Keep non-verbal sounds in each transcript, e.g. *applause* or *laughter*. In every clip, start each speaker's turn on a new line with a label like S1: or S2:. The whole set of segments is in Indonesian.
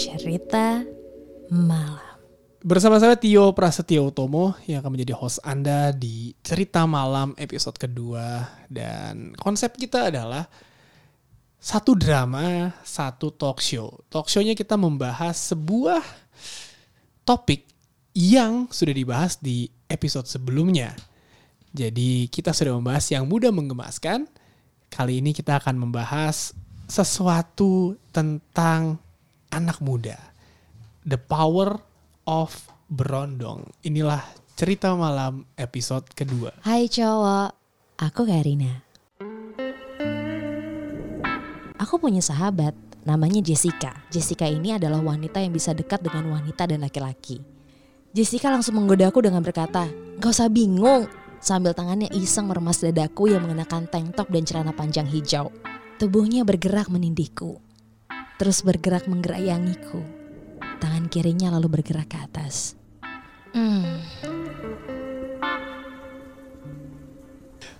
S1: cerita malam.
S2: Bersama saya Tio Prasetyo Utomo yang akan menjadi host Anda di Cerita Malam episode kedua. Dan konsep kita adalah satu drama, satu talk show. Talk show-nya kita membahas sebuah topik yang sudah dibahas di episode sebelumnya. Jadi kita sudah membahas yang mudah menggemaskan. Kali ini kita akan membahas sesuatu tentang anak muda. The Power of Berondong. Inilah cerita malam episode kedua.
S1: Hai cowok, aku Karina. Aku punya sahabat namanya Jessica. Jessica ini adalah wanita yang bisa dekat dengan wanita dan laki-laki. Jessica langsung menggoda aku dengan berkata, Gak usah bingung, sambil tangannya iseng meremas dadaku yang mengenakan tank top dan celana panjang hijau. Tubuhnya bergerak menindihku, terus bergerak menggerayangiku. Tangan kirinya lalu bergerak ke atas. Hmm,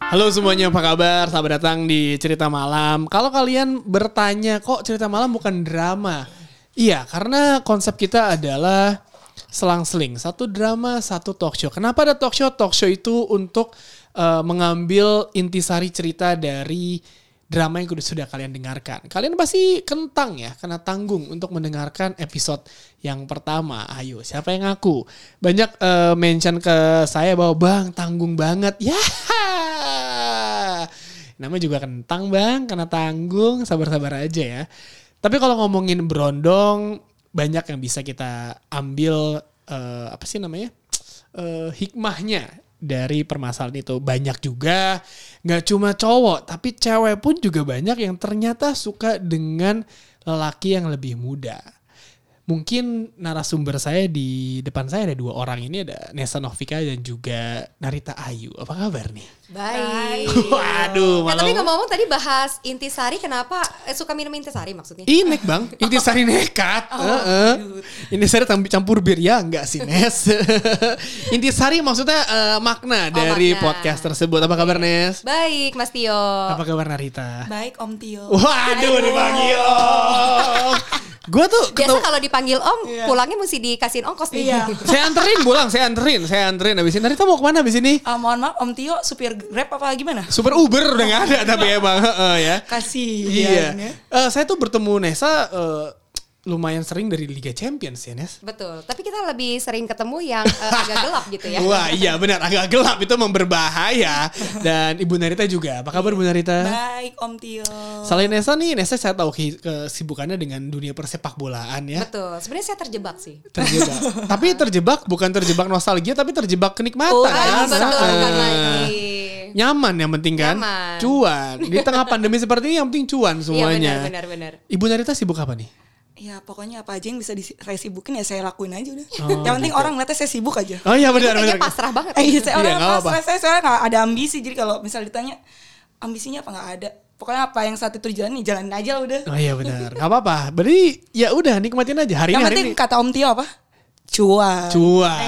S2: Halo semuanya, apa kabar? Selamat datang di Cerita Malam. Kalau kalian bertanya, kok Cerita Malam bukan drama? Iya, karena konsep kita adalah selang-seling. Satu drama, satu talk show. Kenapa ada talk show? Talk show itu untuk eh, mengambil intisari cerita dari drama yang sudah kalian dengarkan. Kalian pasti kentang ya, karena tanggung untuk mendengarkan episode yang pertama. Ayo, siapa yang ngaku? Banyak eh, mention ke saya bahwa bang tanggung banget. *laughs* Ya, namanya juga kentang bang, karena tanggung. Sabar-sabar aja ya. Tapi kalau ngomongin berondong, banyak yang bisa kita ambil eh, apa sih namanya Eh, hikmahnya dari permasalahan itu banyak juga nggak cuma cowok tapi cewek pun juga banyak yang ternyata suka dengan lelaki yang lebih muda mungkin narasumber saya di depan saya ada dua orang ini ada Nesa Novika dan juga Narita Ayu apa kabar nih *laughs*
S3: Baik.
S2: waduh
S3: Nah, Iya. tapi
S2: malam
S3: ngomong-ngomong tadi bahas intisari kenapa eh, suka minum intisari maksudnya?
S2: Inek *laughs* bang, intisari nekat. Iya. Heeh. Intisari tam- campur bir ya enggak sih *laughs* Nes. intisari maksudnya eh, makna dari
S3: makna.
S2: podcast tersebut. Apa kabar Nes?
S3: Baik, Mas Tio.
S2: Apa kabar Narita?
S4: Baik Om Tio.
S2: Waduh dipanggil. Gue tuh
S3: Biasa
S2: ketemu.
S3: kalau dipanggil Om, pulangnya mesti dikasihin ongkos nih.
S4: Iya.
S2: Saya anterin pulang, saya anterin, saya anterin abis ini. Narita mau kemana abis ini?
S4: Ah, mohon maaf Om Tio supir Grab apa gimana?
S2: Super Uber udah gak ada *laughs* tapi emang heeh ya.
S4: Kasih. ya
S2: Iya. Eh, saya tuh bertemu Nesa eh, lumayan sering dari Liga Champions ya Nes.
S3: *laughs* Betul. Tapi kita lebih sering ketemu yang
S2: *laughs*
S3: eh, agak gelap gitu ya.
S2: Wah iya benar agak gelap itu memberbahaya dan Ibu Narita juga apa kabar Bu Narita?
S4: Baik Om Tio.
S2: Selain Nesa nih Nesa saya tahu ki- kesibukannya dengan dunia persepak bolaan ya
S3: Betul. Sebenarnya saya terjebak sih.
S2: terjebak tapi terjebak bukan terjebak nostalgia tapi terjebak kenikmatan kan?
S3: Ah, betul
S2: Heeh.
S3: bukan lagi.
S2: nyaman yang penting kan
S3: Nyaman.
S2: cuan di tengah pandemi seperti ini yang penting cuan
S3: Iya
S2: semuanya
S3: benar benar benar.
S2: Ibu Narita sibuk apa nih?
S4: Ya pokoknya apa aja yang bisa di- saya sibukin ya saya lakuin aja udah. Yang penting orang ngeliatnya saya sibuk aja.
S2: Oh iya
S3: Itu
S2: benar
S3: kayaknya
S2: benar.
S3: pasrah banget.
S4: Eh, iya, saya
S2: Iya, Oh,
S4: orang
S2: gitu. nggak apa-apa.
S4: pasrah, saya soalnya nggak ada ambisi jadi kalau misal ditanya ambisinya apa nggak ada. Pokoknya apa yang saat itu dijalani jalanin aja lah udah.
S2: Oh iya benar. Gak apa-apa. Berarti ya udah nikmatin aja hari
S4: yang
S2: ini hari
S4: penting
S2: ini.
S4: kata Om Tio apa? Cuan.
S2: cuan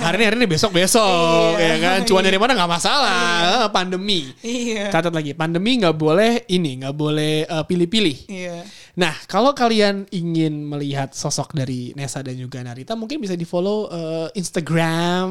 S2: hari ini hari ini besok besok ya kan cuan dari mana nggak masalah Eh, pandemi
S4: Iya.
S2: catat lagi pandemi nggak boleh ini nggak boleh eh, pilih-pilih
S4: Iya.
S2: nah kalau kalian ingin melihat sosok dari Nesa dan juga Narita mungkin bisa di follow Instagram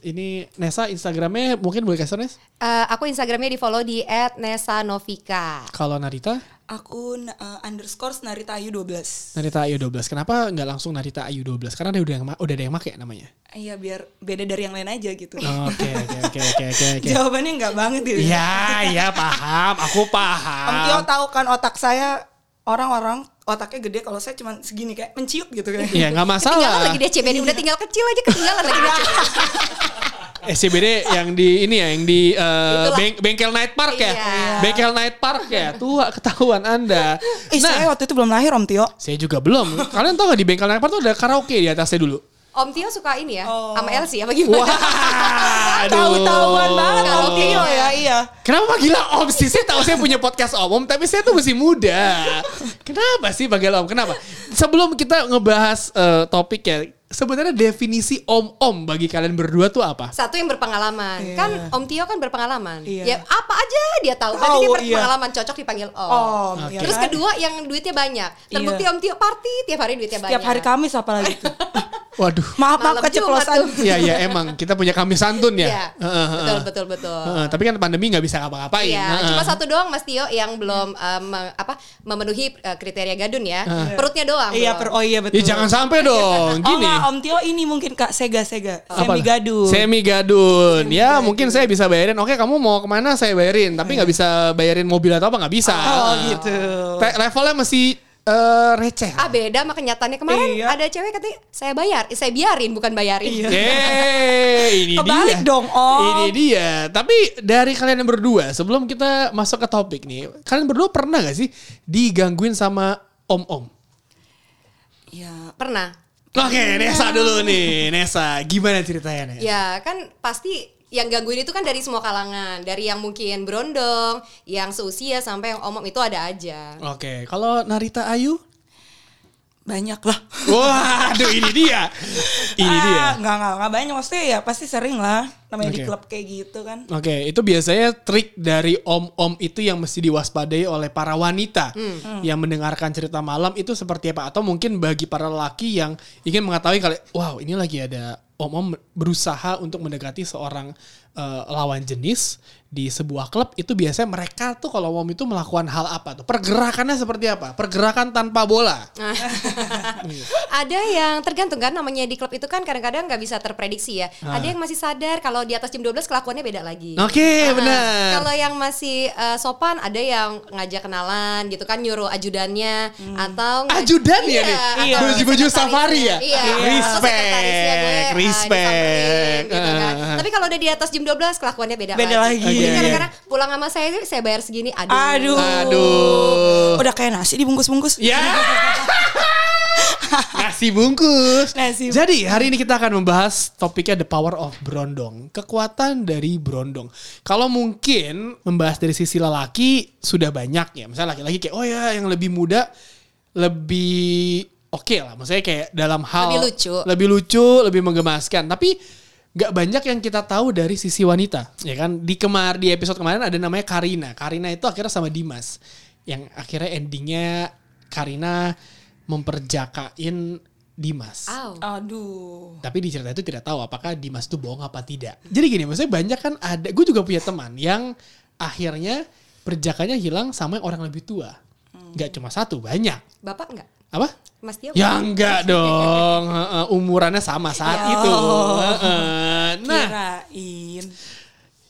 S2: ini Nesa Instagramnya mungkin boleh kasih tau, Nes
S3: Eh, aku Instagramnya di follow di @nesa_novika.
S2: kalau Narita
S4: Akun eh, underscore Narita Ayu 12.
S2: Narita Ayu 12 kenapa nggak langsung Narita Ayu 12 karena ada udah yang ma- udah ada yang make namanya
S4: Iya biar beda dari yang lain aja gitu.
S2: Oh, oke oke oke oke
S4: *laughs*
S2: oke oke
S4: Jawabannya nggak banget gitu.
S2: Ya, ya paham, aku
S4: Om Tio
S2: paham.
S4: tahu kan otak saya orang-orang otaknya gede kalau saya cuma segini kayak menciut gitu kan.
S2: Iya, nggak
S3: Ketinggalan
S2: masalah.
S3: lagi dia CBD udah tinggal kecil aja ketinggalan lagi dia
S2: *laughs*
S3: CBD.
S2: SCBD yang di ini ya, yang di eh, beng- bengkel Night Park ya,
S3: Iya.
S2: bengkel Night Park ya, tua ketahuan anda. Nah,
S4: Eh, saya waktu itu belum lahir Om Tio.
S2: Saya juga belum. Kalian tau gak di bengkel Night Park tuh ada karaoke di atasnya dulu.
S3: Om Tio suka ini ya,
S4: Oh.
S3: sama Elsie apa gimana? Ah,
S2: Waduh.
S4: Tahu-tahuan banget Om
S3: Tahu.
S4: Tio ya, iya.
S2: Kenapa gila Om sih? Saya tahu saya punya podcast Om, Om, tapi saya tuh masih muda. Kenapa sih panggil Om? Kenapa? Sebelum kita ngebahas eh, topik ya, sebenarnya definisi om-om bagi kalian berdua tuh apa?
S3: *laughs* Satu yang berpengalaman.
S4: Iya.
S3: Kan Om Tio kan berpengalaman. Ya
S4: Iya.
S3: apa aja dia tahu. Berarti
S4: Tahu,
S3: dia
S4: iya.
S3: berpengalaman cocok dipanggil Om.
S4: Om,
S2: Oke.
S4: ya
S3: Oh. Terus
S4: kan?
S3: kedua yang duitnya banyak. Terbukti Om Tio party tiap hari duitnya banyak.
S4: tiap hari Kamis apalagi
S3: *laughs*
S4: tuh.
S2: Waduh.
S4: maaf
S3: Malam
S4: maaf keceplosan.
S3: Jumat
S2: Iya iya emang kita punya kami santun ya.
S3: Iya.
S2: Heeh, heeh.
S3: Betul betul betul.
S2: Heeh, tapi kan pandemi nggak bisa ngapa-ngapain.
S3: Iya,
S2: Heeh. Ya,
S3: cuma satu doang Mas Tio yang belum em, me- apa memenuhi eh, kriteria gadun ya.
S2: Heeh.
S3: Perutnya doang.
S4: Iya,
S3: belum.
S4: per oh iya betul.
S2: Ya jangan sampai dong.
S4: Oh
S2: Gini.
S4: enggak, Om Tio ini mungkin Kak Sega Sega.
S2: Apa?
S4: Semi gadun.
S2: Semi gadun. Ya mungkin saya bisa bayarin. Oke kamu mau kemana saya bayarin. Tapi nggak bisa bayarin mobil atau apa nggak bisa.
S4: Oh gitu.
S2: Te- levelnya masih eh, receh.
S3: Ah beda sama kenyataannya kemarin
S4: Iya.
S3: ada cewek katanya saya bayar, Eh, saya biarin bukan bayarin.
S4: Iya.
S2: Yeay, ini dia.
S4: Kebalik dong, Om.
S2: Ini dia. Tapi dari kalian yang berdua, sebelum kita masuk ke topik nih, kalian berdua pernah gak sih digangguin sama om-om?
S4: Iya.
S3: Pernah.
S2: Oke, Nesa dulu nih. Nesa, gimana ceritanya Nesa?
S3: Ya kan pasti yang gangguin itu kan dari semua kalangan, dari yang mungkin berondong, yang seusia sampai yang omong itu ada aja.
S2: Oke, kalau Narita Ayu?
S4: Banyak lah.
S2: Waduh, ini dia. Ini
S4: Ah,
S2: dia.
S4: Nggak, nggak, nggak banyak. Maksudnya ya pasti sering lah. Namanya
S2: Oke.
S4: di klub kayak gitu kan.
S2: Oke, itu biasanya trik dari om-om itu yang mesti diwaspadai oleh para wanita yang mendengarkan cerita malam itu seperti apa atau mungkin bagi para lelaki yang ingin mengetahui kalau wow, ini lagi ada om-om berusaha untuk mendekati seorang eh, lawan jenis di sebuah klub itu biasanya mereka tuh kalau om itu melakukan hal apa tuh? Pergerakannya seperti apa? Pergerakan tanpa bola.
S3: *laughs* ada yang tergantung kan namanya di klub itu kan kadang-kadang nggak bisa terprediksi ya.
S2: Ah.
S3: Ada yang masih sadar kalau di atas jam 12 kelakuannya beda lagi.
S2: Oke,
S3: Ah,
S2: benar.
S3: Kalau yang masih eh, sopan ada yang ngajak kenalan gitu kan nyuruh ajudannya atau ngaj-
S2: Ajudan ya nih?
S3: atau
S2: Baju-baju safari ya?
S3: Iya.
S2: Iya.
S3: Terus
S2: Respect,
S3: sekretarisnya gue, eh,
S2: respect.
S3: disamperin gitu kan.
S2: Ah. Iya,
S3: Tapi kalau udah di atas jam 12 kelakuannya beda,
S4: Beda lagi.
S2: Oke.
S3: Jadi kadang-kadang pulang sama saya tuh, saya bayar segini aduh.
S4: Aduh.
S2: Aduh.
S4: Udah kayak nasi dibungkus-bungkus.
S2: Ya.
S4: *laughs*
S2: Nasi bungkus.
S4: Nasi bungkus.
S2: Jadi hari ini kita akan membahas topiknya the power of brondong, kekuatan dari brondong. Kalau mungkin membahas dari sisi lelaki sudah banyak ya. Misalnya laki-laki kayak oh ya yang lebih muda lebih oke lah. Maksudnya kayak dalam hal
S3: Lebih lucu.
S2: lebih lucu, lebih menggemaskan. Tapi nggak banyak yang kita tahu dari sisi wanita, ya kan? Di kemar di episode kemarin ada namanya Karina. Karina itu akhirnya sama Dimas, yang akhirnya endingnya Karina memperjakain Dimas.
S3: Au.
S4: Aduh.
S2: Tapi di cerita itu tidak tahu apakah Dimas itu bohong apa tidak. Jadi gini, maksudnya banyak kan ada, gue juga punya teman yang akhirnya perjakanya hilang sama yang orang lebih tua. Nggak cuma satu, banyak.
S3: Bapak enggak?
S2: Apa?
S3: Mas Tio?
S2: Ya enggak dong, Heeh, umurannya sama saat
S4: Ya.
S2: itu. Heeh. Nah,
S4: Kirain.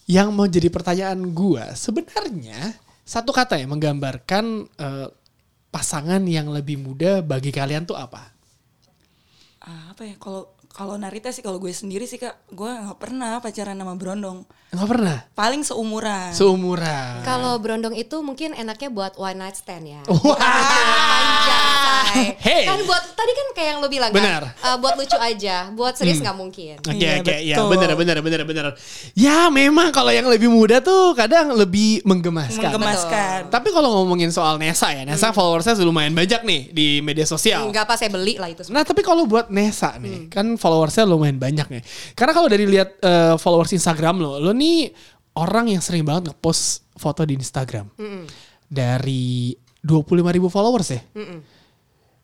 S2: yang mau jadi pertanyaan gua sebenarnya satu kata ya menggambarkan eh, pasangan yang lebih muda bagi kalian tuh apa?
S4: Ah, apa ya kalau kalau Narita sih kalau gue sendiri sih Kak, gue nggak pernah pacaran sama Brondong.
S2: Enggak pernah.
S4: Paling seumuran.
S2: Seumuran.
S3: Kalau berondong itu mungkin enaknya buat one night stand ya.
S2: *laughs* Wah,
S3: Panjang, say.
S2: Hey.
S3: Kan buat tadi kan kayak yang lo bilang
S2: Benar. Hmm.
S3: kan. eh, buat lucu aja, buat serius nggak mungkin.
S2: Oke
S4: Iya,
S2: oke ya
S4: betul.
S2: benar benar benar benar. Ya memang kalau yang lebih muda tuh kadang lebih menggemaskan.
S4: Menggemaskan. Hmm.
S2: Tapi kalau ngomongin soal Nesa ya, Nesa followersnya sudah lumayan banyak nih di media sosial.
S3: Enggak apa saya beli lah itu. semua.
S2: Nah tapi kalau buat Nesa
S3: Hmm.
S2: nih, kan followersnya lumayan banyak nih. Karena kalau dari lihat eh, followers Instagram lo, lo nih orang yang sering banget ngepost foto di Instagram.
S3: Hmm.
S2: Dari 25 ribu followers ya.
S3: Hmm.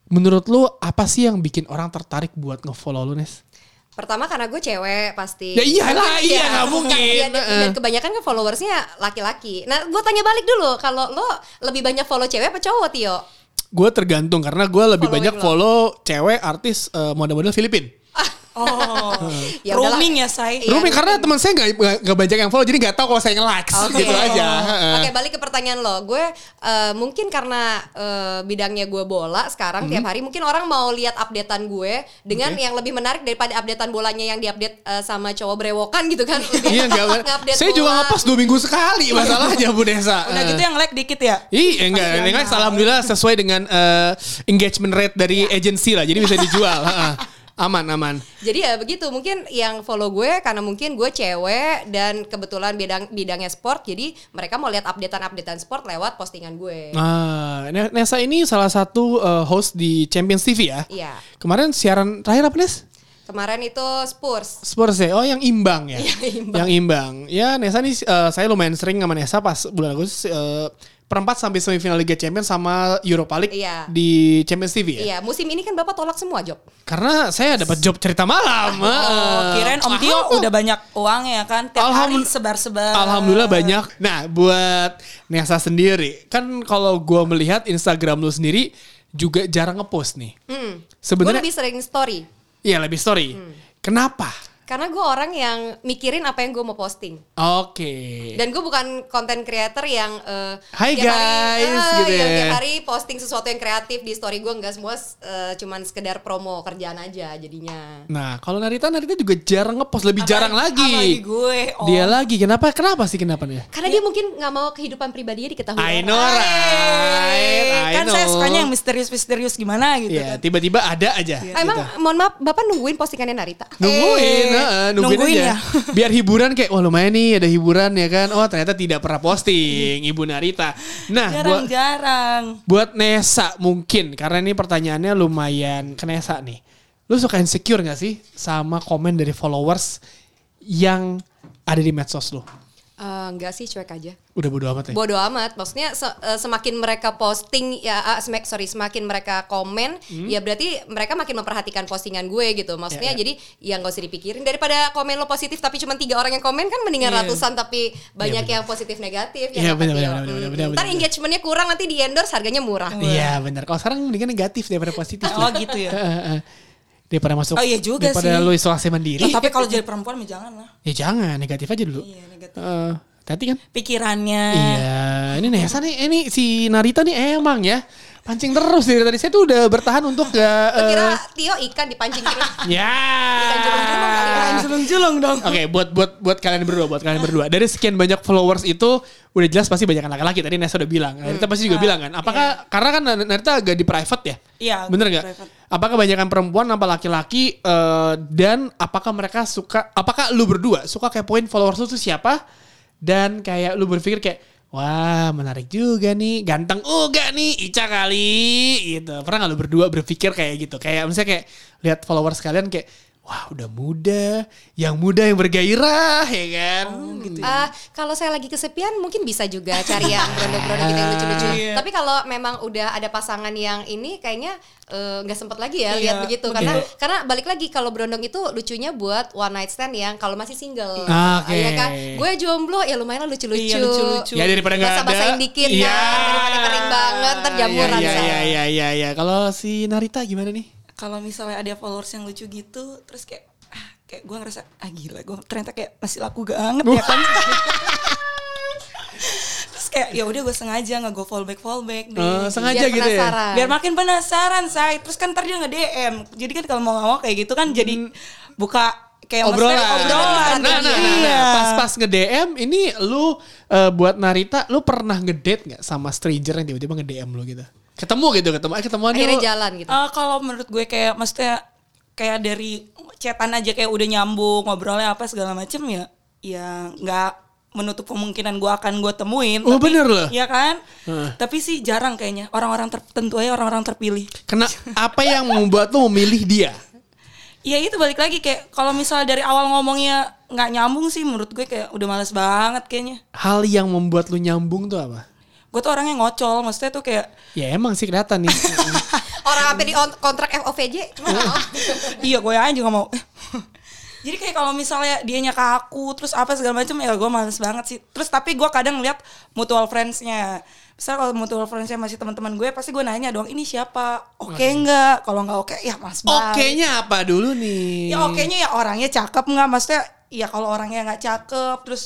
S2: Menurut lo apa sih yang bikin orang tertarik buat ngefollow lo Nes?
S3: Pertama karena gue cewek pasti.
S2: Ya iyalah, iya, nggak
S3: Kan,
S2: mungkin.
S3: iya, dan,
S2: Heeh.
S3: dan kebanyakan kan followersnya laki-laki. Nah, gue tanya balik dulu, kalau lo lebih banyak follow cewek apa cowok Tio?
S2: Gue tergantung karena gue lebih
S3: Following
S2: banyak
S3: lo.
S2: follow cewek artis eh, model-model Filipin. *laughs*
S4: Oh.
S3: Ya udahlah.
S4: roaming ya, say.
S3: Iya.
S2: Rumi karena teman saya nggak- nggak nggak banyak yang follow jadi nggak tahu kalau saya nge-likes
S3: Oh, Oke.
S2: gitu aja. Heeh.
S3: Oke, balik ke pertanyaan lo. Gue eh, mungkin karena eh, bidangnya gue bola sekarang
S2: Mhm.
S3: tiap hari mungkin orang mau lihat updatean gue dengan yang lebih menarik daripada updatean bolanya yang diupdate eh, sama cowok brewokan gitu kan. Lebih
S2: *laughs* Iya
S3: *laughs*
S2: nggak.
S3: nge-update
S2: Saya juga
S3: bola. Iya.
S2: ngepost dua minggu sekali masalahnya Bu Desa.
S4: Udah gitu yang like dikit ya.
S2: Ih, eh, enggak, enggak, alhamdulillah sesuai dengan eh, engagement rate dari
S3: Iya.
S2: agency lah, jadi bisa dijual. Heeh. aman, aman.
S3: Jadi ya begitu mungkin yang follow gue karena mungkin gue cewek dan kebetulan bidang bidangnya sport jadi mereka mau lihat updatean-updatean sport lewat postingan gue.
S2: Nah, Ne- Nesa ini salah satu eh, host di Champions TV ya.
S3: Iya.
S2: Kemarin siaran terakhir apa Nes?
S3: Kemarin itu Spurs.
S2: Spurs ya, oh yang imbang ya,
S3: Iya, imbang.
S2: yang imbang. Ya Nesa nih, eh, saya lumayan sering sama Nesa pas bulan Agustus eh, perempat sampai semifinal Liga Champions sama Europa League
S3: Iya.
S2: di Champions TV ya.
S3: Iya, musim ini kan Bapak tolak semua job.
S2: Karena saya dapat job cerita malam.
S4: Oh,
S2: eh.
S4: kirain Om Tio udah banyak uangnya kan tiap hari
S2: Alhamdulillah-
S4: sebar-sebar.
S2: Alhamdulillah banyak. Nah, buat Nesa sendiri, kan kalau gua melihat Instagram lu sendiri juga jarang ngepost nih.
S3: Hmm. Gue
S2: Sebenarnya
S3: lebih sering story.
S2: iya lebih story.
S4: Hmm.
S2: Kenapa?
S3: Karena gue orang yang mikirin apa yang gue mau posting.
S2: Oke.
S3: Dan gue bukan content creator yang eh,
S2: Iya. Hai
S3: tiap
S2: guys,
S3: eh,
S2: gitu
S3: yang
S2: ya.
S3: tiap hari posting sesuatu yang kreatif di story gue nggak semua eh, cuman sekedar promo kerjaan aja jadinya.
S2: Nah, kalau Narita Narita juga jarang ngepost, lebih jarang lagi.
S4: Apalagi Oh. gue. Om.
S2: Dia lagi. Kenapa? Kenapa sih kenapa nih?
S3: Karena dia mungkin nggak mau kehidupan pribadinya diketahui.
S2: Iya. I
S3: orang.
S2: know right. I
S4: kan saya
S2: know.
S4: sukanya yang misterius-misterius gimana gitu
S2: Iya,
S4: kan.
S2: tiba-tiba ada aja.
S3: Ah, Emang
S2: gitu.
S3: mohon maaf, Bapak nungguin postingannya Narita.
S2: nungguin,
S4: Eh,
S2: heeh, nungguin,
S4: nungguin
S2: aja.
S4: ya.
S2: *laughs* Biar hiburan kayak wah lumayan nih ada hiburan ya kan. Oh, ternyata tidak pernah posting Ibu Narita. Nah, buat
S4: Jarang-jarang.
S2: buat Nesa mungkin karena ini pertanyaannya lumayan ke Nesa nih. Lu suka insecure gak sih sama komen dari followers yang ada di medsos lu?
S3: Eh, enggak sih cuek aja.
S2: Udah bodo amat ya.
S3: Bodoh amat. Maksudnya se- eh, semakin mereka posting ya ah, semak- sorry semakin mereka komen ya berarti mereka makin memperhatikan postingan gue gitu. Maksudnya
S2: Hmm. Ya, ya.
S3: jadi ya nggak usah dipikirin daripada komen lo positif tapi cuma tiga orang yang komen kan mendingan
S2: Iya.
S3: ratusan tapi banyak
S2: bener.
S3: yang positif negatif
S2: Iya,
S3: ya.
S2: bener, bener, bener, bener, bener,
S3: Ntar
S2: bener.
S3: engagementnya kurang nanti di endorse harganya murah.
S2: Iya benar. Kalau sekarang mendingan negatif daripada positif.
S4: *laughs* Oh, gitu ya.
S2: *laughs* Heeh, heeh. daripada masuk.
S4: Oh, iya juga
S2: daripada
S4: sih. Oh,
S2: lu isolasi mandiri.
S4: Tapi kalau jadi perempuan mah jangan lah.
S2: ya jangan negatif aja dulu.
S4: Iya, negatif.
S2: Heeh. Hati-hati kan.
S4: Pikirannya.
S2: Iya. Ini Nesa nih. eh, Ini si Narita nih emang ya. Pancing terus dari tadi saya tuh udah bertahan untuk gak.
S3: Lo
S2: eh,
S3: Kira Tio ikan
S2: *laughs*
S3: dipancing terus.
S2: ya.
S3: julung-julung kali ya.
S4: Jangan julung-julung dong.
S2: Oke, buat buat buat kalian berdua, buat kalian berdua. Dari sekian banyak followers itu udah jelas pasti banyak laki-laki. Tadi Nesa udah bilang. Narita pasti
S3: Nah.
S2: juga bilang kan. Apakah
S3: Iya.
S2: karena kan Narita agak di private ya?
S4: Iya,
S2: Bener nggak?
S4: private.
S2: Apakah kebanyakan perempuan apa laki-laki eh, dan apakah mereka suka? Apakah lu berdua suka kayak poin followers lu tuh siapa? Dan kayak lu berpikir kayak Wah menarik juga nih Ganteng juga nih Ica kali gitu Pernah gak lu berdua berpikir kayak gitu Kayak misalnya kayak Lihat followers kalian kayak Wah udah muda Yang muda yang bergairah ya kan gitu.
S3: Ah, kalau saya lagi kesepian mungkin bisa juga cari yang brondong-brondong gitu yang lucu-lucu.
S4: Iya.
S3: Tapi kalau memang udah ada pasangan yang ini kayaknya eh, nggak sempet lagi ya
S4: Iya,
S3: lihat begitu karena
S4: begitu.
S3: karena balik lagi kalau brondong itu lucunya buat one night stand yang kalau masih single.
S2: Ah, oke.
S3: Iya kan? Gue jomblo ya lumayan lah lucu-lucu.
S4: Iya, lucu-lucu.
S2: Ya daripada nggak ada
S3: Basa-basain dikit
S2: Iya.
S3: kan, daripada kering banget, ntar jamuran
S2: Iya
S3: saya.
S2: iya iya iya iya. Kalau si Narita gimana nih?
S4: Kalau misalnya ada followers yang lucu gitu, terus kayak ah, kayak gue ngerasa ah gila gue ternyata kayak masih laku banget ya *laughs* kan terus kayak ya udah gue sengaja nggak gue follow back follow back deh
S2: Eh, sengaja
S3: Biar
S2: gitu ya.
S3: penasaran.
S4: biar makin penasaran say terus kan ntar dia nge DM jadi kan kalau mau nggak mau kayak gitu kan jadi buka kayak
S2: Hmm. obrolan.
S4: Ya, maksudnya
S2: Nah,
S4: obrolan
S2: nah, nah, nah,
S4: Iya.
S2: Pas-pas nge-DM ini lu eh, buat Narita lu pernah ngedate nggak sama stranger yang tiba-tiba nge-DM lu gitu? Ketemu gitu, ketemu eh ketemuan
S3: Akhirnya
S2: yuk.
S3: jalan gitu.
S4: Eh, kalau menurut gue kayak maksudnya kayak dari cetan aja kayak udah nyambung ngobrolnya apa segala macem ya ya nggak menutup kemungkinan gue akan gue temuin
S2: Oh, bener loh.
S4: Iya kan
S2: Heeh.
S4: tapi sih jarang kayaknya orang-orang tertentu aja orang-orang terpilih
S2: Kena apa yang membuat lu memilih dia?
S4: Iya itu balik lagi kayak kalau misalnya dari awal ngomongnya nggak nyambung sih menurut gue kayak udah males banget kayaknya
S2: Hal yang membuat lu nyambung tuh apa?
S4: gue tuh orangnya ngocol maksudnya tuh kayak
S2: Ya emang sih kelihatan
S4: *laughs*
S2: nih.
S3: Orang sampai di on- kontrak FOVJ cuma nggak mau.
S4: iya gue aja juga mau *laughs* jadi kayak kalau misalnya dianya kaku terus apa segala macam ya gue males banget sih terus tapi gue kadang lihat mutual friends-nya misal kalau mutual friends-nya masih teman-teman gue pasti gue nanya doang ini siapa oke nggak kalau nggak oke ya mas banget
S2: Oke-nya Oh, apa dulu nih?
S4: ya oke nya ya orangnya cakep nggak maksudnya ya kalau orangnya nggak cakep terus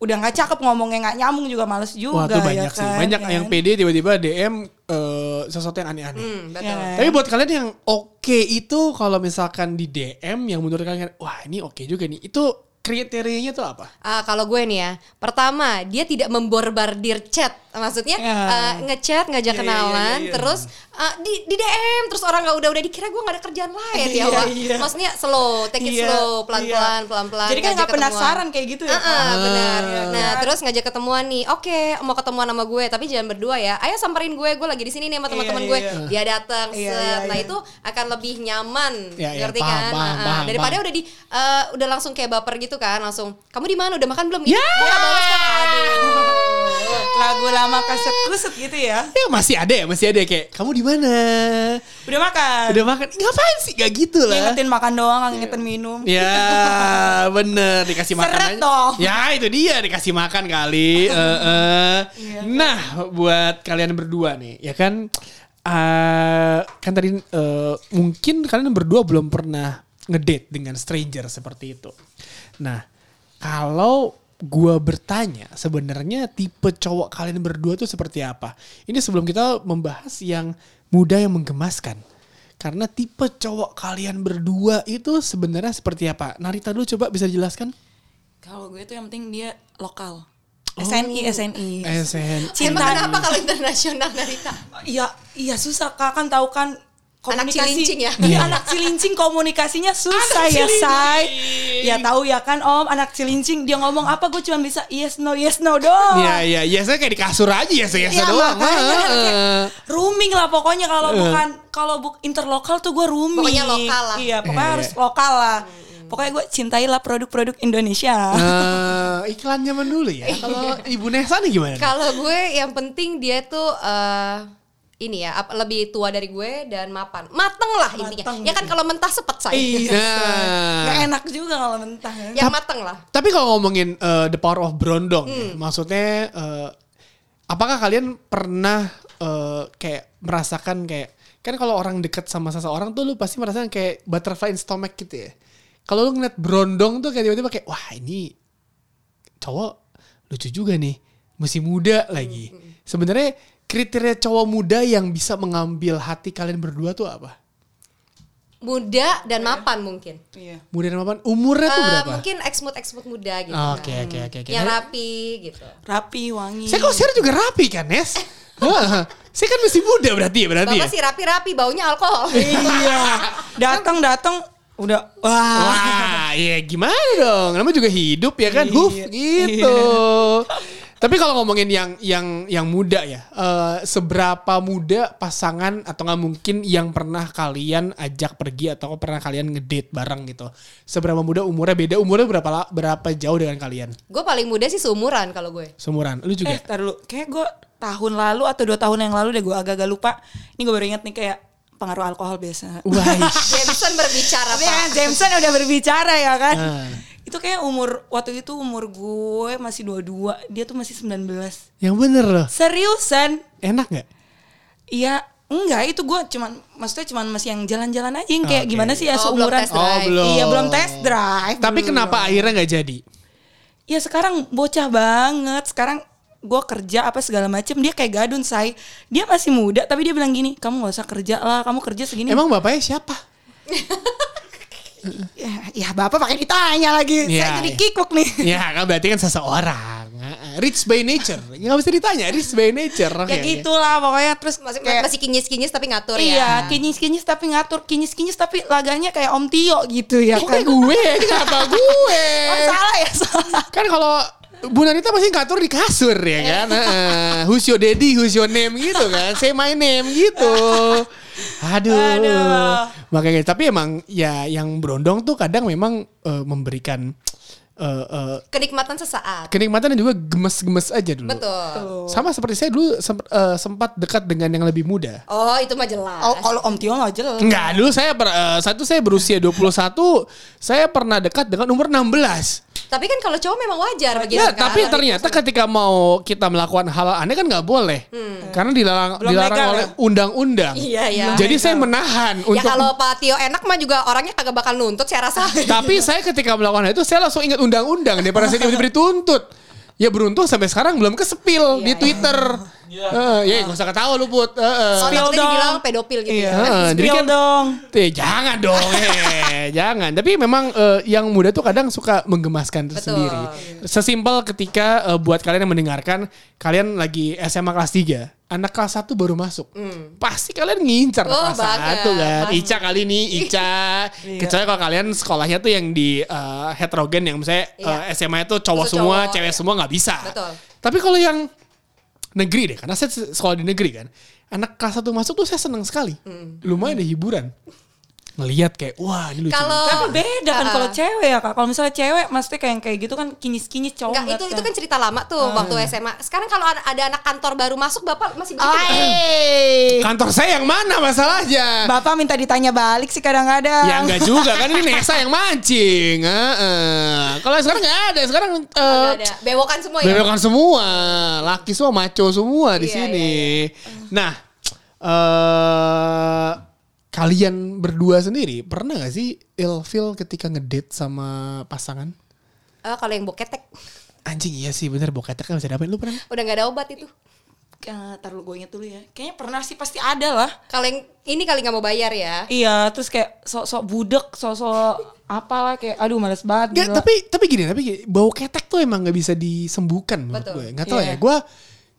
S4: udah nggak cakep ngomongnya nggak nyambung juga males
S2: Wah
S4: juga
S2: tuh
S4: ya
S2: banyak sih,
S4: kan,
S2: banyak
S4: kan?
S2: yang PD tiba-tiba DM eh, sesuatu yang aneh-aneh.
S3: Hmm, *laughs*
S4: Ya
S3: betul.
S4: kan?
S2: Tapi buat kalian yang oke itu kalau misalkan di DM yang menurut kalian wah ini oke juga nih. Itu kriterianya tuh apa?
S3: Ah, kalau gue nih ya, pertama dia tidak memborbardir chat, maksudnya
S4: Ya.
S3: eh, ngechat ngajak
S4: Iya, iya,
S3: kenalan,
S4: iya, iya.
S3: terus eh, di, di DM terus orang nggak udah udah dikira gue nggak ada kerjaan lain ya
S4: Iya,
S3: Wak.
S4: iya.
S3: maksudnya slow take it
S4: Iya,
S3: slow pelan
S4: iya.
S3: pelan pelan pelan
S4: Jadi kan nggak penasaran kayak gitu ya. Kak?
S3: benar.
S4: iya.
S3: Nah, terus ngajak ketemuan nih. Oke, mau ketemuan sama gue, tapi jangan berdua ya. Ayo samperin gue, gue lagi di sini nih sama teman-teman
S4: Iya,
S3: gue.
S4: iya,
S3: Dia datang.
S4: Iya,
S3: set.
S4: iya,
S3: Nah,
S4: iya.
S3: itu akan lebih nyaman,
S2: Iya, iya,
S3: ngerti
S2: paham,
S3: kan?
S2: paham,
S3: Ah, ah.
S2: paham,
S3: Daripada
S2: paham.
S3: udah di eh, udah langsung kayak baper gitu kan, langsung. Kamu di mana? Udah makan belum? Gitu.
S4: Ya!
S2: Iya,
S3: Dia balas kan, aduh.
S4: Lagu lama kaset kusut gitu ya.
S2: Ya masih ada ya, masih ada kayak kamu di mana?
S4: Udah makan.
S2: Udah makan? Ngapain sih? Gak gitu lah. Iya.
S4: Ngingetin makan doang, nggak ngingetin minum.
S2: Ya bener dikasih makan
S4: Seret
S2: aja.
S4: dong.
S2: Ya itu dia dikasih makan
S4: *laughs*
S2: kali. Eh, eh.
S4: Iya.
S2: Nah buat kalian berdua nih ya kan eh, kan tadi eh, mungkin kalian berdua belum pernah ngedate dengan stranger seperti itu. Nah kalau gua bertanya sebenarnya tipe cowok kalian berdua tuh seperti apa? Ini sebelum kita membahas yang muda yang menggemaskan. Karena tipe cowok kalian berdua itu sebenarnya seperti apa? Narita dulu coba bisa jelaskan?
S4: Kalau gue tuh yang penting dia lokal. SNI, SNI.
S2: Eh, SN.
S3: Emang
S4: Cinta.
S3: kenapa kalau internasional Narita?
S4: Iya, iya susah kak kan tahu kan
S3: Anak
S4: komunikasi
S3: cilincing ya?
S4: Iya, anak cilincing komunikasinya susah ya say. Ya tahu ya kan om anak cilincing dia ngomong apa gue cuma bisa yes no yes no doang.
S2: Ya ya ya saya kayak di kasur aja ya saya
S4: Ya,
S2: doang. ah.
S4: makanya kan
S2: Heeh.
S4: kayak rooming lah pokoknya kalau bukan kalau buk interlokal tuh gue rooming.
S3: Pokoknya lokal lah.
S4: Iya, pokoknya
S2: Iya,
S4: harus
S2: iya.
S4: lokal lah. Pokoknya gue cintailah produk-produk Indonesia.
S2: Eh, iklan zaman dulu ya. Kalau Ibu Nesa nih gimana? nih?
S3: Kalau gue yang penting dia tuh eh, ini ya ap- lebih tua dari gue dan mapan. Mateng lah intinya.
S4: Mateng
S3: ya kan kalau mentah sepet saya.
S4: Iya.
S2: Nah.
S4: Nggak enak juga kalau mentah. ya.
S3: Yang mateng lah.
S2: Tapi kalau ngomongin eh, the power of brondong, ya,
S3: Hmm.
S2: maksudnya eh, apakah kalian pernah eh, kayak merasakan kayak kan kalau orang dekat sama seseorang tuh lu pasti merasakan kayak butterfly in stomach gitu ya. Kalau lu ngeliat brondong tuh kayak tiba-tiba kayak wah ini cowok lucu juga nih, masih muda
S3: Hmm,
S2: lagi. Sebenarnya kriteria cowok muda yang bisa mengambil hati kalian berdua tuh apa?
S3: Muda dan mapan mungkin.
S4: Iya.
S2: Muda dan apaan? Umurnya tuh
S3: Eh,
S2: berapa?
S3: mungkin eksmut eksmut muda gitu.
S4: Ah,
S2: Oke,
S3: kan.
S2: oke, oke, oke. Nah,
S3: Yang rapi gitu.
S4: Rapi, wangi.
S2: Saya kalau share juga rapi kan,
S4: *laughs*
S2: Nes? Wah, saya kan masih muda berarti ya, berarti ya?
S3: Bapak sih rapi-rapi baunya alkohol.
S4: iya datang datang udah wah
S2: Wah, ya gimana dong? Namanya juga hidup ya kan? Huf,
S4: Iya.
S2: gitu. Tapi kalau ngomongin yang yang yang muda ya, eh, seberapa muda pasangan atau nggak mungkin yang pernah kalian ajak pergi atau pernah kalian ngedate bareng gitu? Seberapa muda umurnya beda umurnya berapa la- berapa jauh dengan kalian?
S3: gue paling muda sih seumuran kalau *laughs* gue.
S2: Seumuran, lu
S4: eh
S2: juga?
S4: tar dulu kayak gue tahun lalu atau dua tahun yang lalu deh gue agak-agak lupa ini gue baru ingat nih kayak pengaruh alkohol biasa
S2: Wah, ish.
S3: Jameson berbicara
S4: tapi
S3: pak.
S4: ya, Jameson udah berbicara ya kan
S2: Ah.
S4: itu kayak umur waktu itu umur gue masih 22 dia tuh masih 19
S2: yang bener loh.
S4: seriusan
S2: Enak nggak?
S4: iya enggak itu gue cuman maksudnya cuman masih yang jalan-jalan aja yang kayak
S2: Oke.
S4: gimana sih ya
S3: Oh, belum
S4: seumuran
S3: test drive.
S2: Oh, belum.
S4: iya belum test drive
S2: Tapi
S4: belum.
S2: kenapa akhirnya nggak jadi?
S4: ya sekarang bocah banget sekarang gue kerja apa segala macem dia kayak gadun say dia masih muda tapi dia bilang gini kamu gak usah kerja lah kamu kerja segini
S2: Emang bapaknya siapa?
S4: ya, ya bapak pakai ditanya lagi saya
S2: Ya,
S4: jadi
S2: ya.
S4: kikuk nih
S2: ya kan berarti kan seseorang. Rich by nature. Ya nggak bisa ditanya, rich by nature. Oke,
S4: ya
S2: oke.
S4: gitulah pokoknya terus
S3: Masih,
S4: kayak-
S3: masih kinyis-kinyis tapi ngatur ya.
S4: iya kinyis kinyis tapi ngatur kinyis kinyis tapi laganya kayak om Tio gitu ya
S2: Kok kayak
S4: kan
S2: gue? Kenapa gue?
S4: Oh, salah ya
S3: *laughs*
S4: salah
S2: Kan kalau Bu Narita pasti ngatur di kasur ya kan. Heeh. who's your daddy, who's your name gitu kan. Say my name gitu. Aduh.
S4: Aduh.
S2: Makanya gitu. tapi emang ya yang berondong tuh kadang memang eh, memberikan eh, eh,
S3: Kenikmatan sesaat.
S2: kenikmatan dan juga gemes-gemes aja dulu.
S3: Betul.
S2: Sama seperti saya dulu semp- eh, sempat dekat dengan yang lebih muda.
S3: Oh itu mah jelas.
S4: oh, kalau om Tio nggak jelas
S2: Enggak, dulu saya per, eh, satu saya berusia 21, saya pernah dekat dengan umur 16.
S3: Tapi kan kalau cowok memang wajar
S4: Iya,
S3: begitu
S2: Ya,
S3: kan.
S2: tapi ternyata ketika mau kita melakukan hal aneh kan nggak boleh.
S3: Hmm.
S2: Karena dilarang
S4: Belum
S2: dilarang
S4: legal,
S2: oleh
S4: ya?
S2: undang-undang.
S3: Iya, iya.
S2: Jadi saya menahan
S3: Ya
S2: untuk
S3: kalau Pak Tio enak mah juga orangnya kagak bakal nuntut saya rasa. *laughs*
S2: Tapi saya ketika melakukan hal itu saya langsung ingat undang-undang daripada saya tiba-tiba dituntut. Ya beruntung sampai sekarang belum
S3: Iya,
S2: kesepil di Twitter. Heeh, ya gak usah ketawa lu Put. Heeh.
S3: Oh,
S4: Spill
S3: takutnya
S4: dong.
S3: dibilang pedofil gitu
S4: iya
S3: ya.
S2: Heeh, jadi
S4: Spill
S2: kan-
S4: dong
S2: Eh, jangan dong, eh, jangan. Tapi memang eh, yang muda tuh kadang suka menggemaskan tersendiri. Sesimpel ketika eh, buat kalian yang mendengarkan, kalian lagi SMA kelas 3. anak kelas 1 baru masuk. Pasti kalian ngincar
S3: Hmm. Oh,
S2: kelas
S3: banget.
S2: 1 kan.
S3: Pasti. Iya.
S2: Ica kali nih,
S3: *laughs*
S2: Ica. Kecuali kalau kalian sekolahnya tuh yang di eh, heterogen yang misalnya eh,
S3: Iya.
S2: SMA itu cowok
S3: Itu
S2: semua,
S3: cowok,
S2: cewek
S3: iya.
S2: semua nggak bisa.
S3: Betul.
S2: Tapi kalau yang negeri deh, karena saya se- sekolah di negeri kan. Anak kelas 1 masuk tuh saya seneng sekali.
S3: Mm.
S2: Lumayan ada hiburan. Ngeliat kayak, wah ini lucu. *clears throat*
S3: Kalau
S4: Tapi beda kan
S3: Ah.
S4: kalau cewek ya kak. Kalau misalnya cewek mesti kayak yang kayak gitu kan kinis-kinis cowok
S3: Enggak, itu
S4: nggak
S3: itu kan cerita lama tuh waktu SMA. Sekarang kalau ada, ada anak kantor baru masuk, Bapak masih begitu.
S2: eh, Kantor saya yang mana masalahnya?
S4: Bapak minta ditanya balik sih kadang-kadang.
S2: Ya enggak
S4: *laughs*
S2: juga kan ini Nesa yang mancing. Heeh. Kalau sekarang enggak ada, sekarang eh,
S3: Enggak Oh, ada. Bewokan semua ya.
S2: bebekan semua, laki semua, maco semua di
S3: Iya,
S2: sini. Nah, eh kalian berdua sendiri pernah gak sih ilfil ketika ngedate sama pasangan?
S3: Eh, kalau yang boketek
S2: Anjing iya sih bener boketnya kan bisa dapat lu pernah?
S3: udah nggak ada obat itu.
S4: Eh, Ntar dulu gue inget dulu ya. Kayaknya pernah sih pasti ada lah.
S3: Kalau yang ini kali nggak mau bayar ya.
S4: Iya, terus kayak sok-sok budek, sok-sok apalah kayak aduh males banget. gitu."
S2: Nggak,
S4: gila.
S2: tapi tapi gini, tapi gini, bau ketek tuh emang nggak bisa disembuhkan menurut
S3: Betul.
S2: gue. Nggak tahu
S4: Iya.
S2: ya, gue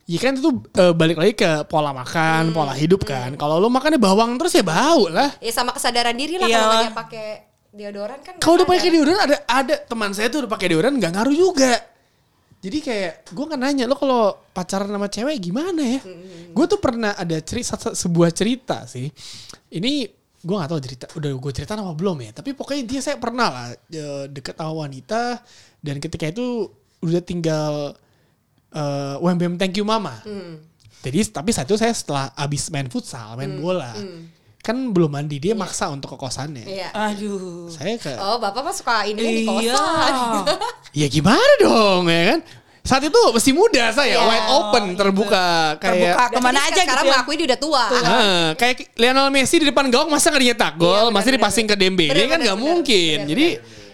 S2: Ya kan itu eh, balik lagi ke pola makan, pola
S4: Hmm,
S2: hidup kan. Kalau lo makannya bawang terus ya bau lah.
S3: Ya sama kesadaran diri lah
S4: Iyalah.
S3: kalau nggak dia pakai deodoran kan. nggak
S2: Kalau udah
S3: sadar.
S2: pakai deodoran ada ada teman saya tuh udah pakai deodoran nggak ngaruh juga. Jadi kayak gue kan nanya lo kalau pacaran sama cewek gimana ya?
S3: Mm-hmm.
S2: Gue tuh pernah ada cerita sebuah cerita sih. Ini gue nggak tahu cerita udah gue cerita apa belum ya. Tapi pokoknya dia saya pernah lah eh, deket sama wanita dan ketika itu udah tinggal eh UMBM thank you mama.
S3: Mm.
S2: Jadi tapi saat itu saya setelah abis main futsal main
S3: Mm.
S2: bola kan belum mandi dia maksa untuk ke kosannya.
S3: Iya.
S4: aduh.
S2: Saya ke
S3: Oh, Bapak mah suka ini di
S4: Iya.
S3: kosan.
S2: Ya gimana dong ya kan? Saat itu masih muda saya,
S3: Iya.
S2: wide open, terbuka kayak
S4: Terbuka kemana
S3: Berarti
S4: aja
S3: sekarang
S4: gitu ya.
S3: mengakui dia udah tua.
S2: Heeh, kayak Lionel Messi di depan gawang masa nggak nyetak gol,
S3: Iya, benar,
S2: masih
S3: benar,
S2: dipasing ke Dembele
S3: Benar,
S2: kan
S3: benar,
S2: nggak
S3: benar,
S2: mungkin.
S3: benar,
S2: Jadi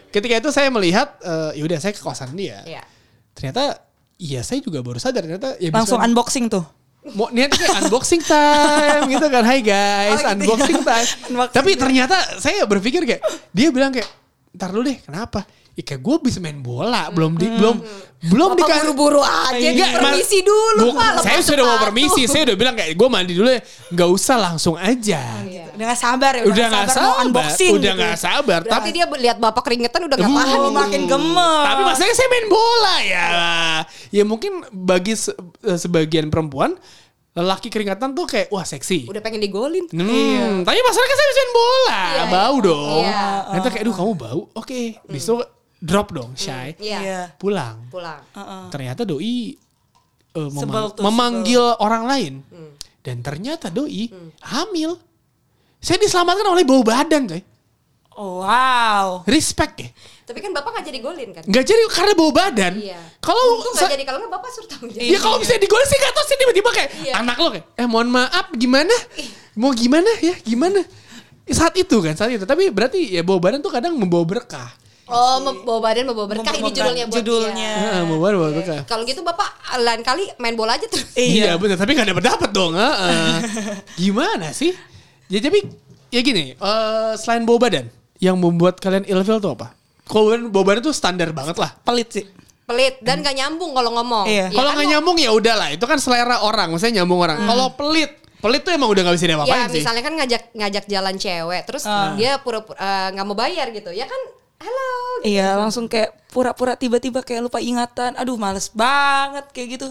S2: ketika itu saya melihat eh, yaudah saya ke kosan dia.
S3: Iya.
S2: Ternyata iya saya juga baru sadar ternyata ya bisa-
S4: Langsung unboxing tuh.
S2: mau niatnya kayak unboxing time gitu kan hai guys
S4: Oh, gitu
S2: unboxing
S4: ya.
S2: time
S4: Unboxing
S2: tapi
S4: time.
S2: ternyata saya berpikir kayak dia bilang kayak ntar dulu deh kenapa Ya kayak gue bisa main bola belum di belum belum
S3: Bapak
S2: dikasih-
S3: buru-buru aja,
S2: Enggak,
S3: Dik.
S2: Mas.
S3: Permisi dulu,
S2: Bu-
S3: Pak, lepas
S2: saya sudah mau
S3: sepatu.
S2: permisi saya udah bilang kayak gue mandi dulu ya nggak usah langsung aja
S4: Udah gak sabar ya.
S2: udah nggak sabar,
S4: mau unboxing.
S2: udah
S4: gitu.
S2: nggak sabar
S3: Berarti
S2: tapi
S3: dia lihat Bapak keringetan udah nggak
S2: Uh.
S3: tahan.
S4: Oh,
S3: ini.
S4: makin gemes.
S2: Tapi maksudnya saya main bola ya. Ya mungkin bagi se- eh, sebagian perempuan lelaki keringatan tuh kayak wah seksi.
S3: Udah pengen digolin.
S2: Hmm, tapi masalahnya kan saya bisa main bola,
S3: Iya,
S2: bau dong.
S3: Iya. Hmm.
S2: Nanti kayak, aduh kamu bau, oke, besok drop dong, shy,
S3: Iya.
S4: Iya.
S2: pulang.
S3: Pulang.
S2: Ternyata doi eh, memang-
S4: Sebel tuh,
S2: memanggil orang lain,
S3: Hmm.
S2: dan ternyata doi hamil. Saya diselamatkan oleh bau badan, coy.
S4: Oh, wow.
S2: Respect ya.
S3: Tapi kan Bapak nggak jadi golin kan?
S2: Nggak jadi karena bau badan.
S3: Iya.
S2: Kalau Oh,
S3: Untung
S2: sa-
S3: nggak jadi kalau nggak Bapak suruh tanggung jawab.
S2: Ya kalau misalnya digoreng sih gak tau sih tiba-tiba kayak
S3: Iya.
S2: anak lo kayak eh mohon maaf gimana? Mau gimana ya? Gimana? Eh, Saat itu kan saat itu. Tapi berarti ya bawa badan tuh kadang membawa berkah.
S3: *laughs* Oh, membawa badan membawa berkah ini
S4: Membawa
S3: judulnya buat
S4: judulnya.
S3: dia.
S2: Heeh, bawa badan membawa berkah.
S3: Kalau gitu Bapak lain kali main bola aja terus.
S2: Iya bener tapi gak dapet dapet dong. heeh. gimana sih? Ya tapi ya gini eh, selain bawa badan yang membuat kalian ilfil tuh apa? Kalau bawa badan- bawa badan tuh standar banget lah.
S4: Pelit sih.
S3: Pelit dan gak nyambung kalau ngomong.
S4: Iya.
S2: Kalau nggak nyambung ya udahlah itu kan selera orang, maksudnya nyambung orang. Kalau pelit, pelit tuh emang udah nggak bisa
S3: Ya
S2: diapa-apain sih. Ah.
S3: misalnya kan ngajak ngajak jalan cewek terus dia pura-pura eh, nggak mau bayar gitu. Ya kan halo.
S4: Iya, langsung kayak pura-pura tiba-tiba kayak lupa ingatan. Aduh, males banget kayak gitu.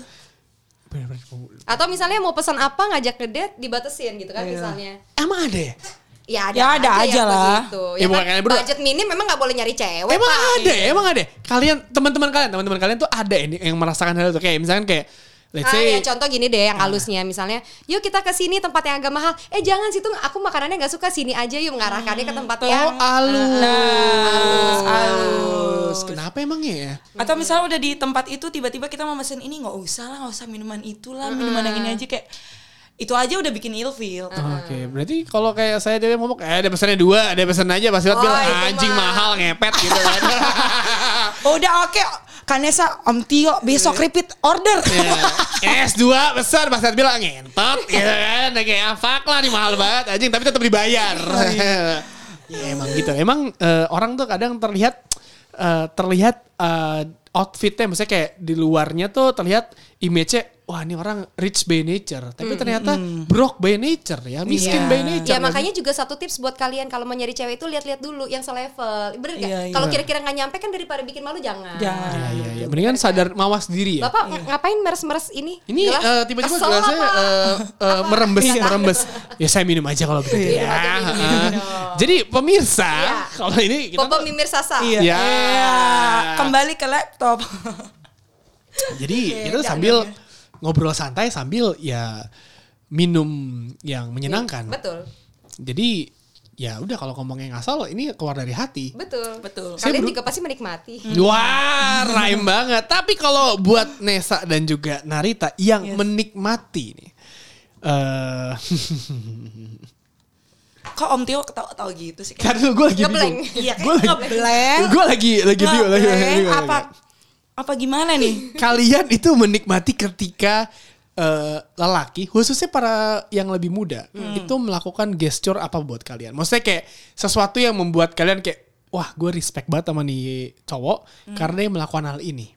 S2: Bener-bener.
S3: Atau misalnya mau pesan apa ngajak ngedate dibatasin gitu kan misalnya.
S2: Emang ada Iya. ya?
S3: Ya ada,
S4: Ya ada aja
S3: yang
S4: lah.
S3: begitu.
S2: Ya, bukan kalian berdua.
S3: kan? budget minim memang nggak boleh nyari cewek.
S2: emang
S3: Pak. Gitu.
S2: ada ya, emang ada. Kalian teman-teman kalian, teman-teman kalian tuh ada ini yang merasakan hal itu kayak misalkan kayak let's
S3: Ah,
S2: say
S3: ya contoh gini deh
S2: Ah.
S3: yang halusnya misalnya, yuk kita ke sini tempat yang agak mahal. Eh jangan situ aku makanannya nggak suka sini aja yuk mengarahkannya ke tempat yang
S2: oh alus.
S3: Ah,
S4: Alus, alus.
S2: Kenapa emang ya?
S4: Atau misalnya udah di tempat itu tiba-tiba kita mau mesen ini nggak usah lah, nggak usah minuman itulah, minuman yang ini aja kayak itu aja udah bikin ilfil.
S2: Ah, Oke, berarti kalau kayak saya dia ngomong, eh ada pesannya dua, ada pesan aja pasti
S3: Oh,
S2: bilang
S3: itu
S2: anjing
S3: mah."
S2: mahal ngepet gitu kan.
S3: *laughs*
S4: Oh, udah oke, Kanesa, Om Tio besok repeat order. *laughs*
S2: Ya, S2 besar pasti bilang ngentot gitu kan. Dan Kayak "Ah, fuck lah nih mahal banget anjing tapi tetap
S4: *laughs*
S2: dibayar. ya emang gitu. Emang eh, orang tuh kadang terlihat eh, terlihat eh, outfitnya maksudnya kayak di luarnya tuh terlihat image-nya wah ini orang rich by nature, tapi ternyata broke by nature ya, miskin
S4: Mm, Iya.
S2: by nature.
S3: Ya makanya juga satu tips buat kalian kalau mau nyari cewek itu lihat-lihat dulu yang selevel. Bener gak?
S4: Iya, iya.
S3: Kalau kira-kira nggak nyampe kan daripada bikin malu jangan.
S4: Jangan.
S2: Ya, ya, ya. mendingan sadar mawas diri ya.
S3: Bapak ng- ngapain meres-meres ini?
S2: Ini
S3: Gelas?
S2: eh, tiba-tiba
S3: Kesel
S2: gelasnya
S3: apa? Iya.
S2: eh, eh, merembes, merembes. Ya saya minum aja kalau begitu ya. Heeh. Jadi pemirsa,
S3: Iya.
S2: kalau ini kita
S3: Bapak mimir sasa.
S4: Iya.
S2: Ya.
S4: Iya. Kembali ke laptop. *laughs*
S2: Jadi
S3: Iya,
S4: Oke,
S2: kita
S4: jangan
S2: sambil ngobrol santai sambil ya minum yang menyenangkan.
S3: Iya, Betul.
S2: Jadi ya udah kalau ngomongnya ngasal ini keluar dari hati.
S3: Betul.
S4: Betul.
S2: Saya
S3: Kalian
S2: belum-
S3: juga pasti menikmati.
S2: Wah, rhyme banget. Tapi kalau buat Nesa dan juga Narita yang
S4: Yes.
S2: menikmati nih. eh *laughs*
S4: Kok Om Tio ketawa-tawa gitu sih?
S2: Ntar dulu gue lagi
S3: Ngeblank.
S2: bingung.
S4: Iya, kayak
S2: Gue lagi,
S4: ngeblank.
S2: gua lagi lagi bingung. lagi-
S4: Ngeblank,
S2: lagi bingung.
S4: eh, apa apa gimana
S3: *laughs*
S4: nih?
S2: Kalian itu menikmati ketika eh, lelaki, khususnya para yang lebih muda,
S4: Hmm.
S2: itu melakukan gesture apa buat kalian? Maksudnya kayak sesuatu yang membuat kalian kayak, wah gue respect banget sama nih cowok
S4: Hmm.
S2: karena dia melakukan hal ini.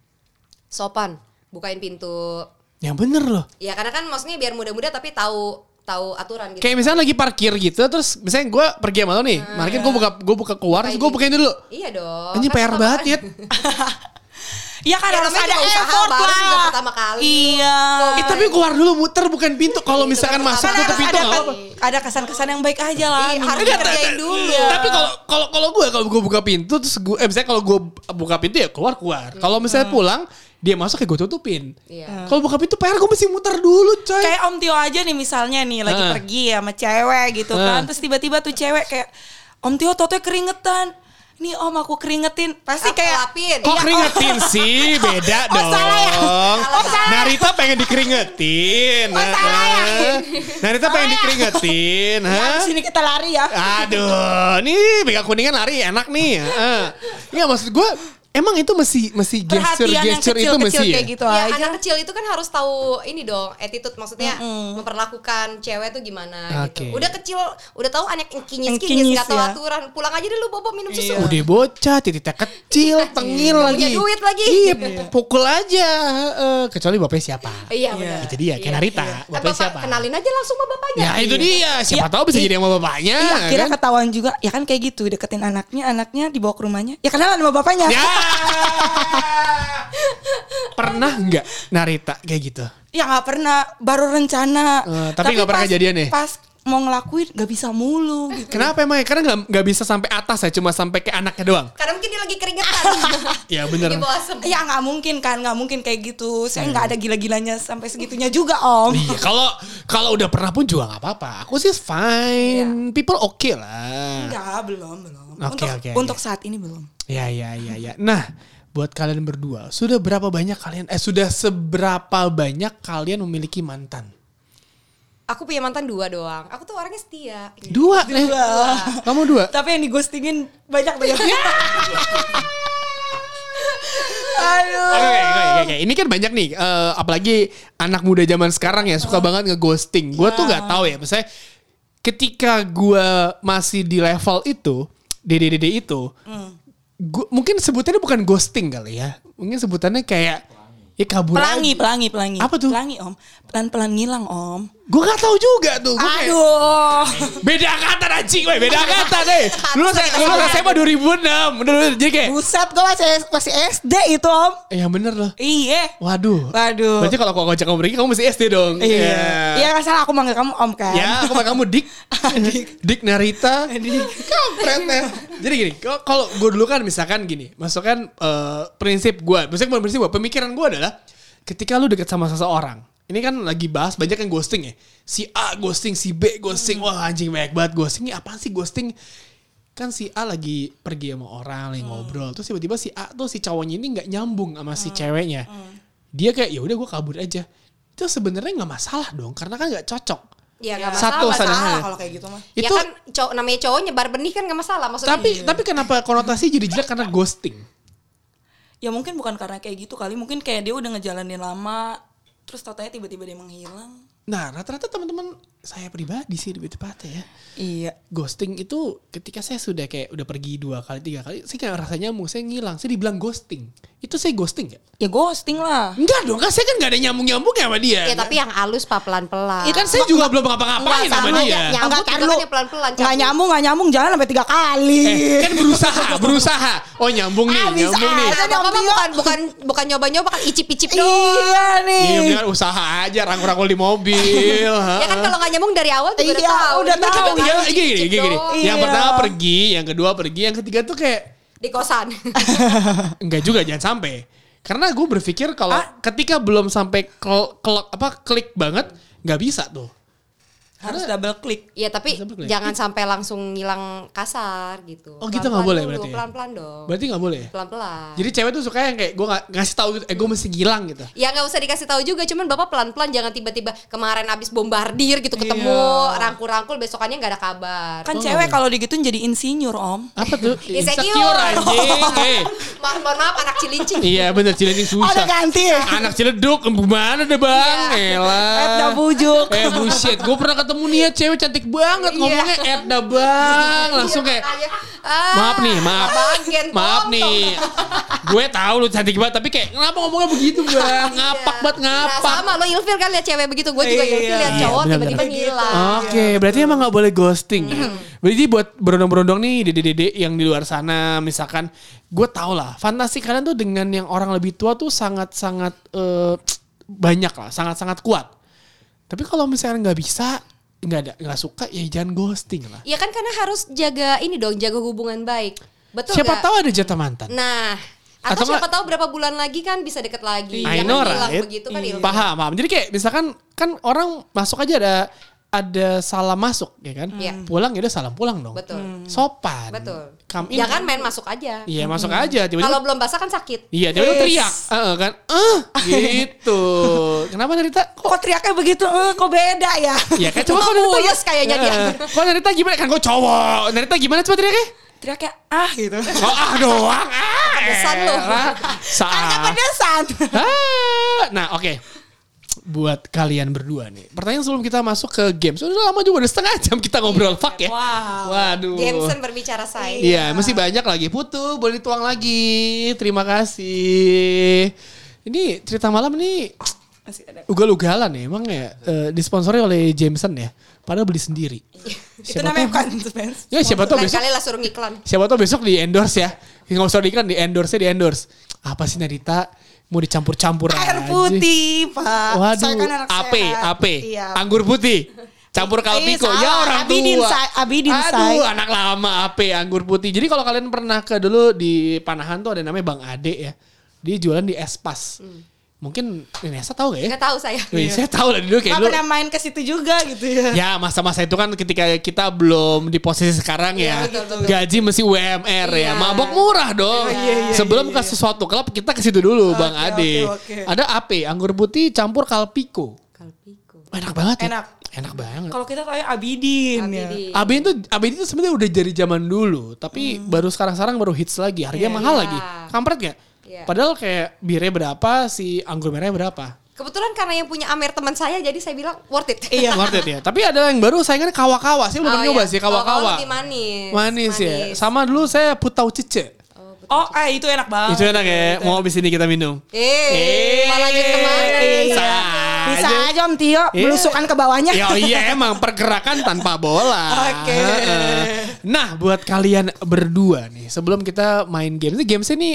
S3: Sopan, bukain pintu.
S2: Yang bener loh.
S3: Ya karena kan maksudnya biar muda-muda tapi tahu tahu aturan gitu.
S2: Kayak misalnya lagi parkir gitu, terus misalnya gue pergi sama lo nih,
S4: Ah.
S2: parkir gue buka gue buka keluar, terus gue bukain dulu.
S3: Iya
S4: Oh,
S3: dong.
S2: Anjing
S3: Kan
S2: PR
S3: pertama
S2: banget
S3: kali-
S2: ya.
S4: Iya kan
S3: Ya,
S4: harus
S3: namanya
S4: ada
S3: juga usaha
S4: effort
S3: baru juga
S4: lah.
S3: pertama kali.
S4: Iya.
S2: Eh, tapi keluar dulu muter bukan pintu. Kalau misalkan
S3: kan
S2: masuk
S4: Kan
S2: tutup
S4: harus
S2: pintu
S4: ada,
S2: nggak
S4: kan-
S2: apa-apa.
S4: ada kesan-kesan yang baik aja lah.
S3: Iya, harus
S4: Minimal.
S3: dikerjain dulu.
S2: Iya. Tapi kalau kalau kalau gue kalau gue buka pintu terus gue eh misalnya kalau gue buka pintu ya keluar keluar. Kalau misalnya
S4: Hmm.
S2: pulang dia masuk ya gue tutupin.
S3: Iya.
S2: Kalau buka pintu PR gue mesti muter dulu coy.
S4: kayak Om Tio aja nih misalnya nih lagi
S2: Heeh.
S4: pergi sama cewek gitu
S2: Heeh.
S4: kan terus tiba-tiba tuh cewek kayak Om Tio totonya keringetan nih Om aku keringetin pasti
S3: Pasti
S4: kayak
S3: lapin. Iya,
S2: Kok
S4: *laughs*
S2: keringetin sih? Beda
S4: iya. Oh,
S2: dong.
S4: salah ya? Oh, salah.
S2: Narita pengen dikeringetin.
S4: Oh, salah ya?
S2: Heeh. Narita pengen
S4: Salah ya?
S2: dikeringetin.
S4: ya
S2: Hah?
S4: abis ini kita lari ya
S2: Aduh, nih bingkai kuningan lari enak nih. Heeh. Iya maksud gue emang itu mesti mesti gesture
S4: perhatian yang
S2: gesture itu
S4: kecil-kecil
S2: mesti ya.
S4: kayak gitu
S3: Ya,
S4: aja
S3: anak kecil itu kan harus tahu ini dong attitude maksudnya memperlakukan cewek tuh gimana
S2: Oke.
S3: gitu. Udah kecil udah tahu anak yang
S4: Engkinyis,
S3: kinyis-kinyis nggak tahu
S4: ya.
S3: aturan. Pulang aja dulu bobo minum susu.
S4: Iya.
S2: Udah bocah, titiknya kecil, tengil
S3: Nggak
S2: lagi.
S3: punya duit lagi.
S2: Iya, pukul aja. Heeh, kecuali bapaknya siapa?
S3: Iya benar.
S2: Itu dia, kayak Narita.
S3: Kan
S2: Bapaknya
S3: bapak
S2: siapa?
S3: kenalin aja langsung sama bapaknya.
S2: Ya itu dia, siapa
S4: Iya.
S2: tahu bisa
S4: Iya.
S2: jadi sama bapaknya.
S4: Iya, akhirnya
S2: kan?
S4: ketahuan juga. Ya kan kayak gitu, deketin anaknya, anaknya dibawa ke rumahnya. Ya kenalan sama bapaknya.
S2: Ya. Pernah nggak Narita kayak gitu?
S4: Ya nggak pernah, baru rencana.
S2: Eh, tapi nggak pernah
S4: pas-
S2: kejadian ya?
S4: Pas mau ngelakuin nggak bisa mulu
S2: *laughs*
S4: gitu.
S2: Kenapa emang ya? Karena nggak- nggak bisa sampai atas ya, cuma sampai ke anaknya doang.
S3: Karena mungkin dia lagi keringetan.
S2: Ya bener.
S3: Di bawah asem.
S4: Ya nggak mungkin kan, nggak mungkin kayak gitu. Saya nggak ada gila-gilanya sampai segitunya juga om.
S2: Iya, kalau kalau udah pernah pun juga nggak apa-apa. Aku sih fine, people oke lah.
S4: Enggak, belum, belum.
S2: Oke,
S4: untuk
S2: oke,
S4: untuk saat ini belum.
S2: Ya ya ya ya. Nah, buat kalian berdua, sudah berapa banyak kalian eh sudah seberapa banyak kalian memiliki mantan?
S3: Aku punya mantan dua doang. Aku tuh orangnya setia.
S2: Dua, eh. Kamu dua?
S4: Tapi yang digostingin banyak
S2: *laughs*
S4: banyak. Aduh.
S2: Oke, oke, oke, oke. Ini kan banyak nih, eh, apalagi anak muda zaman sekarang ya suka banget ngeghosting. Gue
S4: Iya.
S2: tuh nggak tahu ya, misalnya ketika gue masih di level itu, DDDD itu,
S4: Hmm.
S2: gua- mungkin sebutannya bukan ghosting kali ya, mungkin sebutannya kayak ya kabur.
S4: Pelangi, pelangi, pelangi.
S2: Apa tuh?
S4: Pelangi om. Pelan-pelan ngilang om.
S2: Gue nggak tahu juga tuh. Gua kayak-
S4: Aduh.
S2: Beda angkatan anjing, weh. Beda angkatan, eh. Lulus lulus SMA 2006. Udah, udah, jadi kayak
S4: Buset, gue masih, masih SD itu om.
S2: eh, yang bener loh.
S4: Iya.
S2: Waduh.
S4: Waduh.
S2: Berarti kalau aku ngajak kamu pergi, kamu masih SD dong.
S4: Iya. Iya nggak salah aku manggil kamu om kan.
S2: Ya,
S4: *laughs*
S2: aku panggil kamu Dik. Dik.
S3: *laughs*
S2: Narita.
S4: Dik.
S2: Kampret, eh. Jadi gini, kalau- kalau gue dulu kan misalkan gini, masukkan prinsip gue, maksudnya bukan prinsip gue, pemikiran gue adalah ketika lu deket sama seseorang, ini kan lagi bahas banyak yang ghosting ya. Si A ghosting, si B ghosting, wah anjing banyak banget ghosting. Ini apaan sih ghosting? Kan si A lagi pergi sama orang,
S3: Hmm.
S2: lagi ngobrol. Terus tiba-tiba si A tuh si cowoknya ini nggak nyambung sama
S3: Hmm.
S2: si ceweknya. Dia kayak ya udah gue kabur aja. Itu sebenarnya nggak masalah dong, karena kan nggak cocok
S3: Ya nggak masalah.
S2: satu
S3: masalah.
S2: sederhana
S4: Kalau kayak gitu mah.
S3: Ya
S2: itu
S3: kan cowok namanya cowok nyebar benih kan nggak masalah maksudnya.
S2: tapi tapi kenapa konotasi jadi jelek karena ghosting
S4: Ya mungkin bukan karena kayak gitu kali. Mungkin kayak dia udah ngejalanin lama. Terus totalnya tiba-tiba dia menghilang.
S2: Nah, rata-rata teman-teman saya pribadi sih lebih tepatnya ya.
S4: Iya.
S2: Ghosting itu ketika saya sudah kayak udah pergi dua kali, tiga kali, saya kayak rasanya mau saya ngilang. Saya dibilang ghosting. Itu saya ghosting gak?
S4: Ya ghosting lah.
S2: Enggak dong, kan saya kan gak ada nyambung-nyambung sama dia.
S3: Ya tapi yang halus pak pelan-pelan.
S2: Iya kan saya juga belum ngapa-ngapain
S3: Enggak,
S2: sama
S3: sama,
S2: dia.
S3: ya, ya. Nyambut
S4: tar
S3: juga
S4: lu.
S3: kan ya pelan-pelan,
S4: Nggak
S3: cabut.
S4: nyambung, nggak nyambung jalan sampai tiga kali.
S2: Eh, kan
S3: *laughs*
S2: berusaha, berusaha. Oh nyambung nih,
S4: Abis
S2: nyambung nih.
S4: aja.
S3: Nah, bapak mah
S4: Nyambio.
S3: bukan bukan bukan nyoba-nyoba kan icip-icip doang.
S4: *laughs* Iya
S2: Iya,
S4: nih.
S2: mendingan usaha aja, rangkul-rangkul di mobil.
S3: *laughs* Ya kan kalau nggak nyambung dari awal juga
S4: Iya, udah
S3: udah tahu.
S4: tahu.
S3: Kan
S2: Iya,
S3: icip-icip
S2: gini, gini, gini.
S3: doang.
S4: Iya.
S2: Yang pertama pergi, yang kedua pergi, yang ketiga tuh kayak
S3: Di kosan. *laughs*
S2: Enggak juga jangan sampai. Karena gue berpikir kalau
S3: Ah.
S2: ketika belum sampai kel, kel- apa klik banget nggak bisa tuh.
S4: Harus double klik.
S3: Iya tapi
S2: Bisa berkelip.
S3: jangan sampai langsung ngilang kasar gitu.
S2: Oh, gitu nggak boleh
S3: Pelan-pelan dulu,
S2: berarti ya?
S3: Pelan-pelan dong.
S2: Berarti nggak boleh. ya?
S3: Pelan-pelan.
S2: Jadi cewek tuh suka yang kayak gue nggak ngasih tahu gitu, eh gue mesti hilang gitu.
S3: Ya nggak usah dikasih tahu juga, cuman bapak pelan-pelan jangan tiba-tiba kemarin abis bombardir gitu ketemu
S2: Iya.
S3: rangkul-rangkul besokannya nggak ada kabar.
S4: Kan
S2: Oh,
S4: cewek
S2: nggak
S4: kalau digituin jadi insinyur om.
S2: Apa tuh?
S3: *laughs* Insecure.
S2: anjing. Eh,
S3: Ma mohon maaf anak cilincing.
S2: iya bener ciledug
S4: Oh, udah
S2: susah.
S4: ganti ya.
S2: Anak ciledug gimana deh bang?
S3: Iya.
S4: Edda
S2: Elah.
S4: bujuk.
S2: Eh bullshit, gue pernah ketemu nih ya cewek cantik banget ngomongnya Edda bang,
S3: *laughs*
S2: langsung kayak
S3: Iya. Makanya, ah,
S2: Maaf nih, maaf.
S3: abang gentong
S2: Maaf
S3: dong.
S2: nih. Gue tahu lu cantik banget tapi kayak kenapa ngomongnya begitu, Bang? Ngapak banget
S3: Nah
S2: ngapak.
S3: Iya, sama lo ilfil kan lihat cewek begitu, gue juga
S4: Iya.
S3: ilfil lihat
S2: Iya,
S3: cowok
S2: benar,
S3: tiba-tiba
S2: benar.
S3: ngilang.
S2: Oke,
S3: Iya,
S2: berarti emang nggak boleh ghosting. ya?
S3: Hmm.
S2: Berarti buat berondong-berondong nih dede-dede yang di luar sana, misalkan gue tau lah, fantasi kalian tuh dengan yang orang lebih tua tuh sangat-sangat eh, banyak lah, sangat-sangat kuat. Tapi kalau misalnya nggak bisa, nggak ada, nggak suka, ya jangan ghosting lah.
S3: Ya kan karena harus jaga ini dong, jaga hubungan baik. Betul ya.
S2: Siapa
S3: nggak?
S2: tahu ada jatah mantan.
S3: Nah, atau,
S2: Atau
S3: siapa
S2: nggak-
S3: tahu berapa bulan lagi kan bisa deket lagi.
S2: I
S3: Jangan
S2: know,
S3: hilang
S2: right? Iya.
S3: begitu kan ilfil.
S2: paham paham jadi kayak misalkan kan orang masuk aja ada ada salam masuk ya kan
S3: Iya.
S2: pulang ya udah salam pulang dong
S3: Betul. Hmm.
S2: sopan
S3: Betul.
S2: come in
S3: Jangan main masuk aja.
S2: iya masuk aja
S3: Kalau
S2: tiba-tiba
S3: belum basah kan sakit.
S2: iya tiba-tiba
S4: Yes.
S2: teriak Heeh, kan eh gitu kenapa cerita
S4: Kok teriaknya begitu? Eh, kok beda ya?
S2: Iya kan coba kok
S3: Mulus
S2: Narita
S3: kayaknya dia.
S2: Heeh. Kok Narita gimana kan gue cowok Narita gimana coba teriaknya
S4: Teriaknya ah
S2: *laughs*
S4: gitu. *laughs*
S2: Oh ah doang ah
S3: Pedesan lu.
S2: elah.
S3: Kan
S4: Karena
S2: Saat
S4: pedesan.
S2: Ah, nah oke. Buat kalian berdua nih. Pertanyaan sebelum kita masuk ke game. Sudah lama juga udah setengah jam kita ngobrol. Fuck ya.
S4: Iya. Wow. ya.
S2: Waduh.
S3: *laughs* Jensen berbicara saya.
S2: Iya, masih banyak lagi. Putu, boleh dituang lagi. Terima kasih. Ini cerita malam ini
S4: Masih ada.
S2: ugal-ugalan ya. Emang ya eh, disponsori oleh Jameson ya. Padahal beli sendiri.
S4: Itu namanya bukan suspense.
S2: Ya siapa tahu
S3: Lain
S2: besok
S3: kali lah suruh ngiklan.
S2: siapa tahu besok di endorse ya. Nggak usah diiklan, di endorse di endorse. Apa sih Narita? Mau dicampur-campur
S4: *laughs* Air
S2: Ya aja.
S4: putih, Pak.
S2: Waduh,
S4: Saya kan anak
S2: AP,
S4: sehat.
S2: AP,
S4: Iya.
S2: anggur putih, campur kalpiko,
S4: Eh,
S2: ya
S4: salah.
S2: orang
S4: Abidin,
S2: tua.
S4: Say. Abidin, Say.
S2: Aduh, anak lama AP, anggur putih. Jadi kalau kalian pernah ke dulu di Panahan tuh ada namanya Bang Ade ya. Dia jualan di Espas.
S4: Hmm.
S2: Mungkin Nesa tahu gak ya?
S3: Nggak tahu saya.
S2: Wih,
S4: Iya.
S2: saya tahu lah dulu kayak
S4: Pak
S2: dulu.
S4: pernah main ke situ juga gitu ya.
S2: Ya masa-masa itu kan ketika kita belum di posisi sekarang ya,
S3: Iya, betul, betul.
S2: gaji mesti UMR ya,
S3: Iya.
S2: mabok murah dong.
S4: Iya,
S2: Sebelum ke sesuatu klub kita ke situ dulu, Bang
S4: oke,
S2: Ade.
S4: oke.
S2: Ada AP, anggur putih campur kalpiko.
S3: Kalpiko.
S2: Enak banget ya?
S4: Enak.
S2: Enak banget.
S4: Kalau kita tahu ya Abidin, ya.
S3: Abidin.
S2: Abin tuh Abin itu sebenarnya udah dari zaman dulu, tapi baru sekarang-sekarang baru hits lagi, harganya mahal
S3: Hmm. Iya.
S2: lagi. Kampret gak?
S3: Iya.
S2: Padahal kayak birnya berapa, si anggur merahnya berapa.
S3: Kebetulan karena yang punya Amer teman saya jadi saya bilang worth it.
S2: *laughs*
S4: Iya.
S2: Worth it ya. Tapi ada yang baru saingannya kawa-kawa. Saya belum
S3: Oh,
S2: pernah nyoba
S3: iya.
S2: sih kawa-kawa.
S3: Kawa-kawa lebih manis.
S2: Manis, ya.
S3: Manis.
S2: Sama dulu saya putau cece.
S4: Oh, eh, itu enak banget. Gitu.
S2: itu enak ya. Mau habis ini kita minum.
S3: iya, Eh, malah jadi ya? teman.
S2: Bisa
S4: Bisa
S2: aja.
S4: aja Om Tio belusukan ke bawahnya.
S2: Ya iya emang pergerakan tanpa bola.
S4: Oke.
S2: Heeh. Nah buat kalian berdua nih sebelum kita main games ini gamesnya nih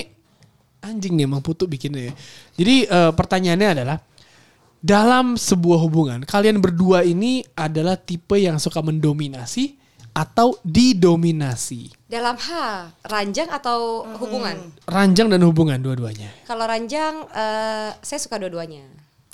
S2: anjing nih emang putu bikinnya. ya. Jadi eh, pertanyaannya adalah dalam sebuah hubungan kalian berdua ini adalah tipe yang suka mendominasi atau didominasi
S3: Dalam hal ranjang atau hubungan?
S2: ranjang dan hubungan dua-duanya.
S3: Kalau ranjang eh, saya suka dua-duanya.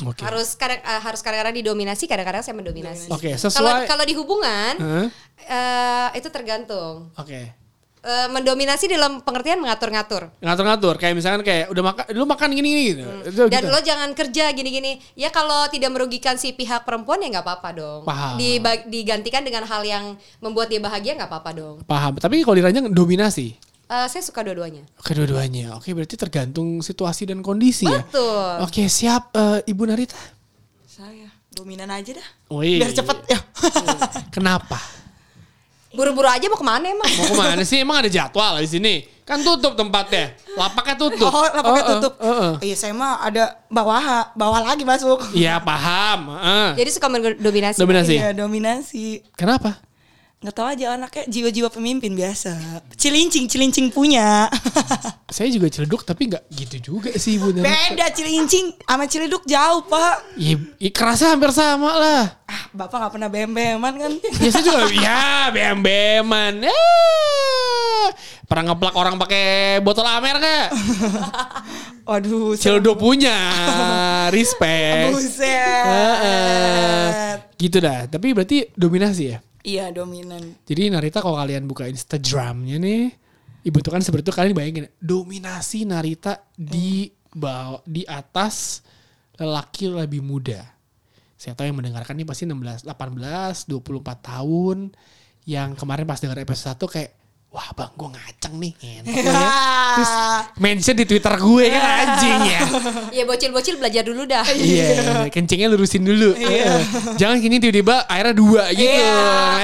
S2: Oke.
S3: Harus kadang eh, harus kadang-kadang didominasi, kadang-kadang saya mendominasi.
S2: Oke,
S3: Kalau
S2: sesuai- Hmm.
S3: kalau di hubungan
S2: Heeh.
S3: eh, itu tergantung.
S2: Oke.
S3: Eh, mendominasi dalam pengertian mengatur-ngatur.
S2: Ngatur-ngatur kayak misalkan kayak udah makan lu makan gini gini gitu. Itu
S3: Dan
S2: gitu.
S3: lo jangan kerja gini-gini. Ya kalau tidak merugikan si pihak perempuan ya nggak apa-apa dong.
S2: Paham.
S3: Diba- digantikan dengan hal yang membuat dia bahagia nggak apa-apa dong.
S2: Paham. Tapi kalau di ranjang dominasi.
S3: Eh, saya suka dua-duanya.
S2: Kedua-duanya. Oke, berarti tergantung situasi dan kondisi ya.
S3: Betul.
S2: Oke, siap eh, Ibu Narita.
S4: Saya dominan aja dah.
S2: Wih.
S4: Biar cepet ya.
S2: Kenapa?
S4: Iya.
S3: Buru-buru aja mau kemana emang?
S2: Mau kemana sih? Emang ada jadwal di sini? Kan tutup tempatnya. Lapaknya *laughs* tutup.
S4: Oh, lapaknya
S2: Eh, eh,
S4: tutup.
S2: eh, eh.
S4: Iya, saya mah ada bawah, bawah lagi masuk.
S2: Iya paham. eh.
S3: *laughs* Jadi suka mendominasi.
S2: Dominasi.
S4: Iya, dominasi.
S2: Kenapa?
S4: Nggak tahu aja anaknya jiwa-jiwa pemimpin biasa. Cilincing, cilincing punya.
S2: Saya juga celeduk tapi nggak gitu juga sih ibunya.
S4: *laughs* Beda cilincing sama ciledug jauh, Pak.
S2: Ya, ya, kerasa hampir sama lah.
S4: Ah, Bapak nggak pernah bembeman kan?
S2: Ya saya juga ya bem-beman. Eh. Pernah ngeplak orang pakai botol amer nggak?
S4: *laughs* Waduh,
S2: Celeduk punya. Respect. Heeh.
S4: Buset.
S2: Gitu dah. Tapi berarti dominasi ya.
S4: *laughs* Iya, dominan.
S2: Jadi Narita kalau kalian buka Instagramnya nih, ibu tuh kan seperti itu kalian bayangin dominasi Narita di bawah di atas lelaki lebih muda. Saya tahu yang mendengarkan ini pasti 16, 18, 24 tahun yang kemarin pas dengar episode 1 kayak wah bang gue ngaceng nih ngentot lo ya. Terus mention di Twitter gue kan anjing ya.
S3: Ya bocil-bocil belajar dulu dah.
S2: Iya, kencingnya lurusin dulu. Eh, Jangan kini tiba-tiba airnya dua gitu.
S4: Iya,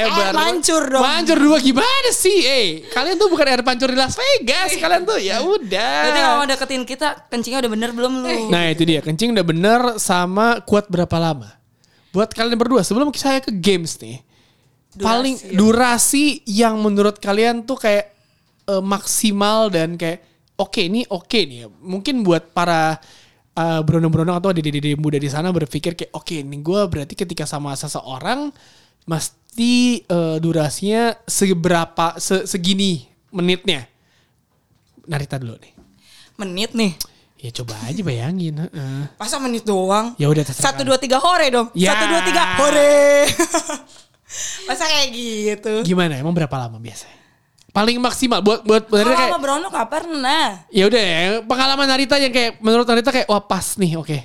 S4: air
S2: baru-
S4: mancur dong.
S2: Mancur dua gimana sih? Eh, kalian tuh bukan air pancur di Las Vegas. Kalian tuh ya
S4: Iya. Berarti kalau mau
S2: udah.
S4: deketin kita, kencingnya udah bener belum lu?
S2: Nah itu dia, kencing udah bener sama kuat berapa lama? Buat kalian berdua, sebelum saya ke games nih. Paling durasi yang menurut kalian tuh kayak eh, maksimal dan kayak oke ini oke nih. ya. Mungkin buat para eh, beronong-beronong atau adik-adik muda di sana berpikir kayak oke ini gue berarti ketika sama seseorang mesti eh, durasinya seberapa se- segini menitnya. Narita dulu nih.
S4: Menit nih.
S2: Ya coba aja bayangin. heeh.
S4: Masa menit doang?
S2: Ya udah terserah
S4: Satu
S2: kalian.
S4: dua tiga hore dong.
S2: Ya.
S4: Satu dua tiga hore. *laughs* Masa kayak gitu?
S2: Gimana? Emang berapa lama biasanya? Paling maksimal buat buat
S4: Kalau
S2: bener kayak
S4: sama Brono gak pernah.
S2: ya udah ya pengalaman Narita yang kayak menurut Narita kayak wah pas nih oke.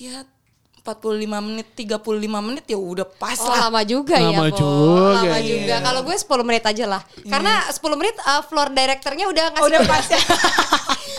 S4: Ya 45 menit, 35 menit ya udah pas
S3: Oh,
S4: lah.
S3: *laughs* lama juga ya,
S2: Lama
S3: Bo.
S2: juga,
S3: Lama
S2: iya.
S3: juga. Kalau gue 10 menit aja lah. Karena 10 menit uh, floor directornya udah ngasih *laughs*
S4: Udah pas ya.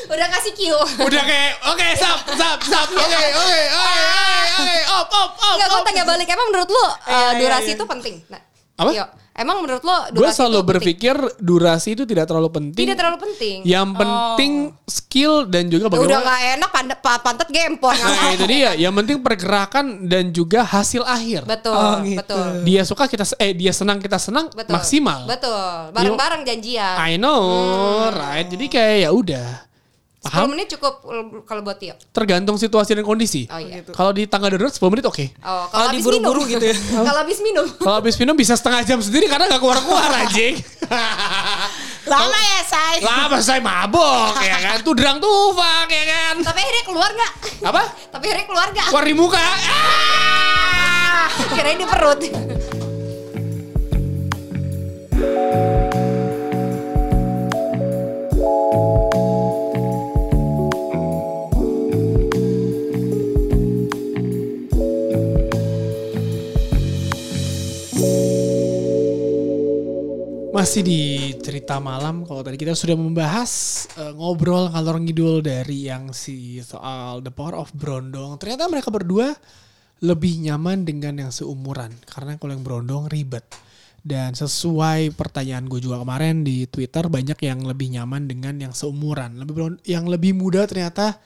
S3: udah ngasih cue.
S2: Udah kayak oke sap sap sap oke oke oke oke, oke op op op.
S3: Enggak, gue
S2: op.
S3: tanya balik. Emang menurut lu uh,
S4: iya,
S3: durasi
S4: iya.
S3: itu penting? Nah,
S2: Apa?
S3: yuk. Emang menurut lu
S2: Gue
S3: durasi
S2: selalu
S3: itu penting?
S2: berpikir durasi itu tidak terlalu penting.
S3: Tidak terlalu penting.
S2: Yang penting skill dan juga
S3: Ya
S2: Ya,
S3: udah
S2: bagaimana.
S3: gak enak pantat, pantat gempol.
S2: Nah itu dia. Yang penting pergerakan dan juga hasil akhir.
S3: betul,
S4: Oh, gitu.
S3: betul.
S2: Dia suka kita eh dia senang kita senang
S3: Betul.
S2: maksimal.
S3: Betul. Hmm. Bareng-bareng janjian.
S2: I know, right? Jadi kayak ya udah.
S3: 10
S2: Paham?
S3: menit cukup uh, kalau buat Tio.
S2: Tergantung situasi dan kondisi.
S3: Oh, iya.
S2: Kalau di tangga darurat 10 menit oke.
S3: Oh,
S4: Gitu. Kalau
S3: kalau habis
S4: diburu-buru
S3: minum.
S4: gitu ya.
S3: *laughs* kalau habis minum.
S2: *laughs* Kalau habis minum bisa setengah jam sendiri karena nggak keluar-keluar
S3: *laughs*
S2: anjing.
S4: Lama ya, say.
S2: Lama saya mabok ya kan. Tuh derang tufak ya kan.
S3: Tapi akhirnya keluar gak?
S2: Apa?
S3: *laughs* Tapi akhirnya keluar gak?
S2: Keluar di muka. Ah!
S3: *laughs* Kirain di perut.
S2: Masih di cerita malam kalau tadi kita sudah membahas eh, ngobrol ngalor ngidul dari yang si soal The Power of Brondong. Ternyata mereka berdua lebih nyaman dengan yang seumuran karena kalau yang Brondong ribet. Dan sesuai pertanyaan gue juga kemarin di Twitter banyak yang lebih nyaman dengan yang seumuran. Lebih bron- yang lebih muda ternyata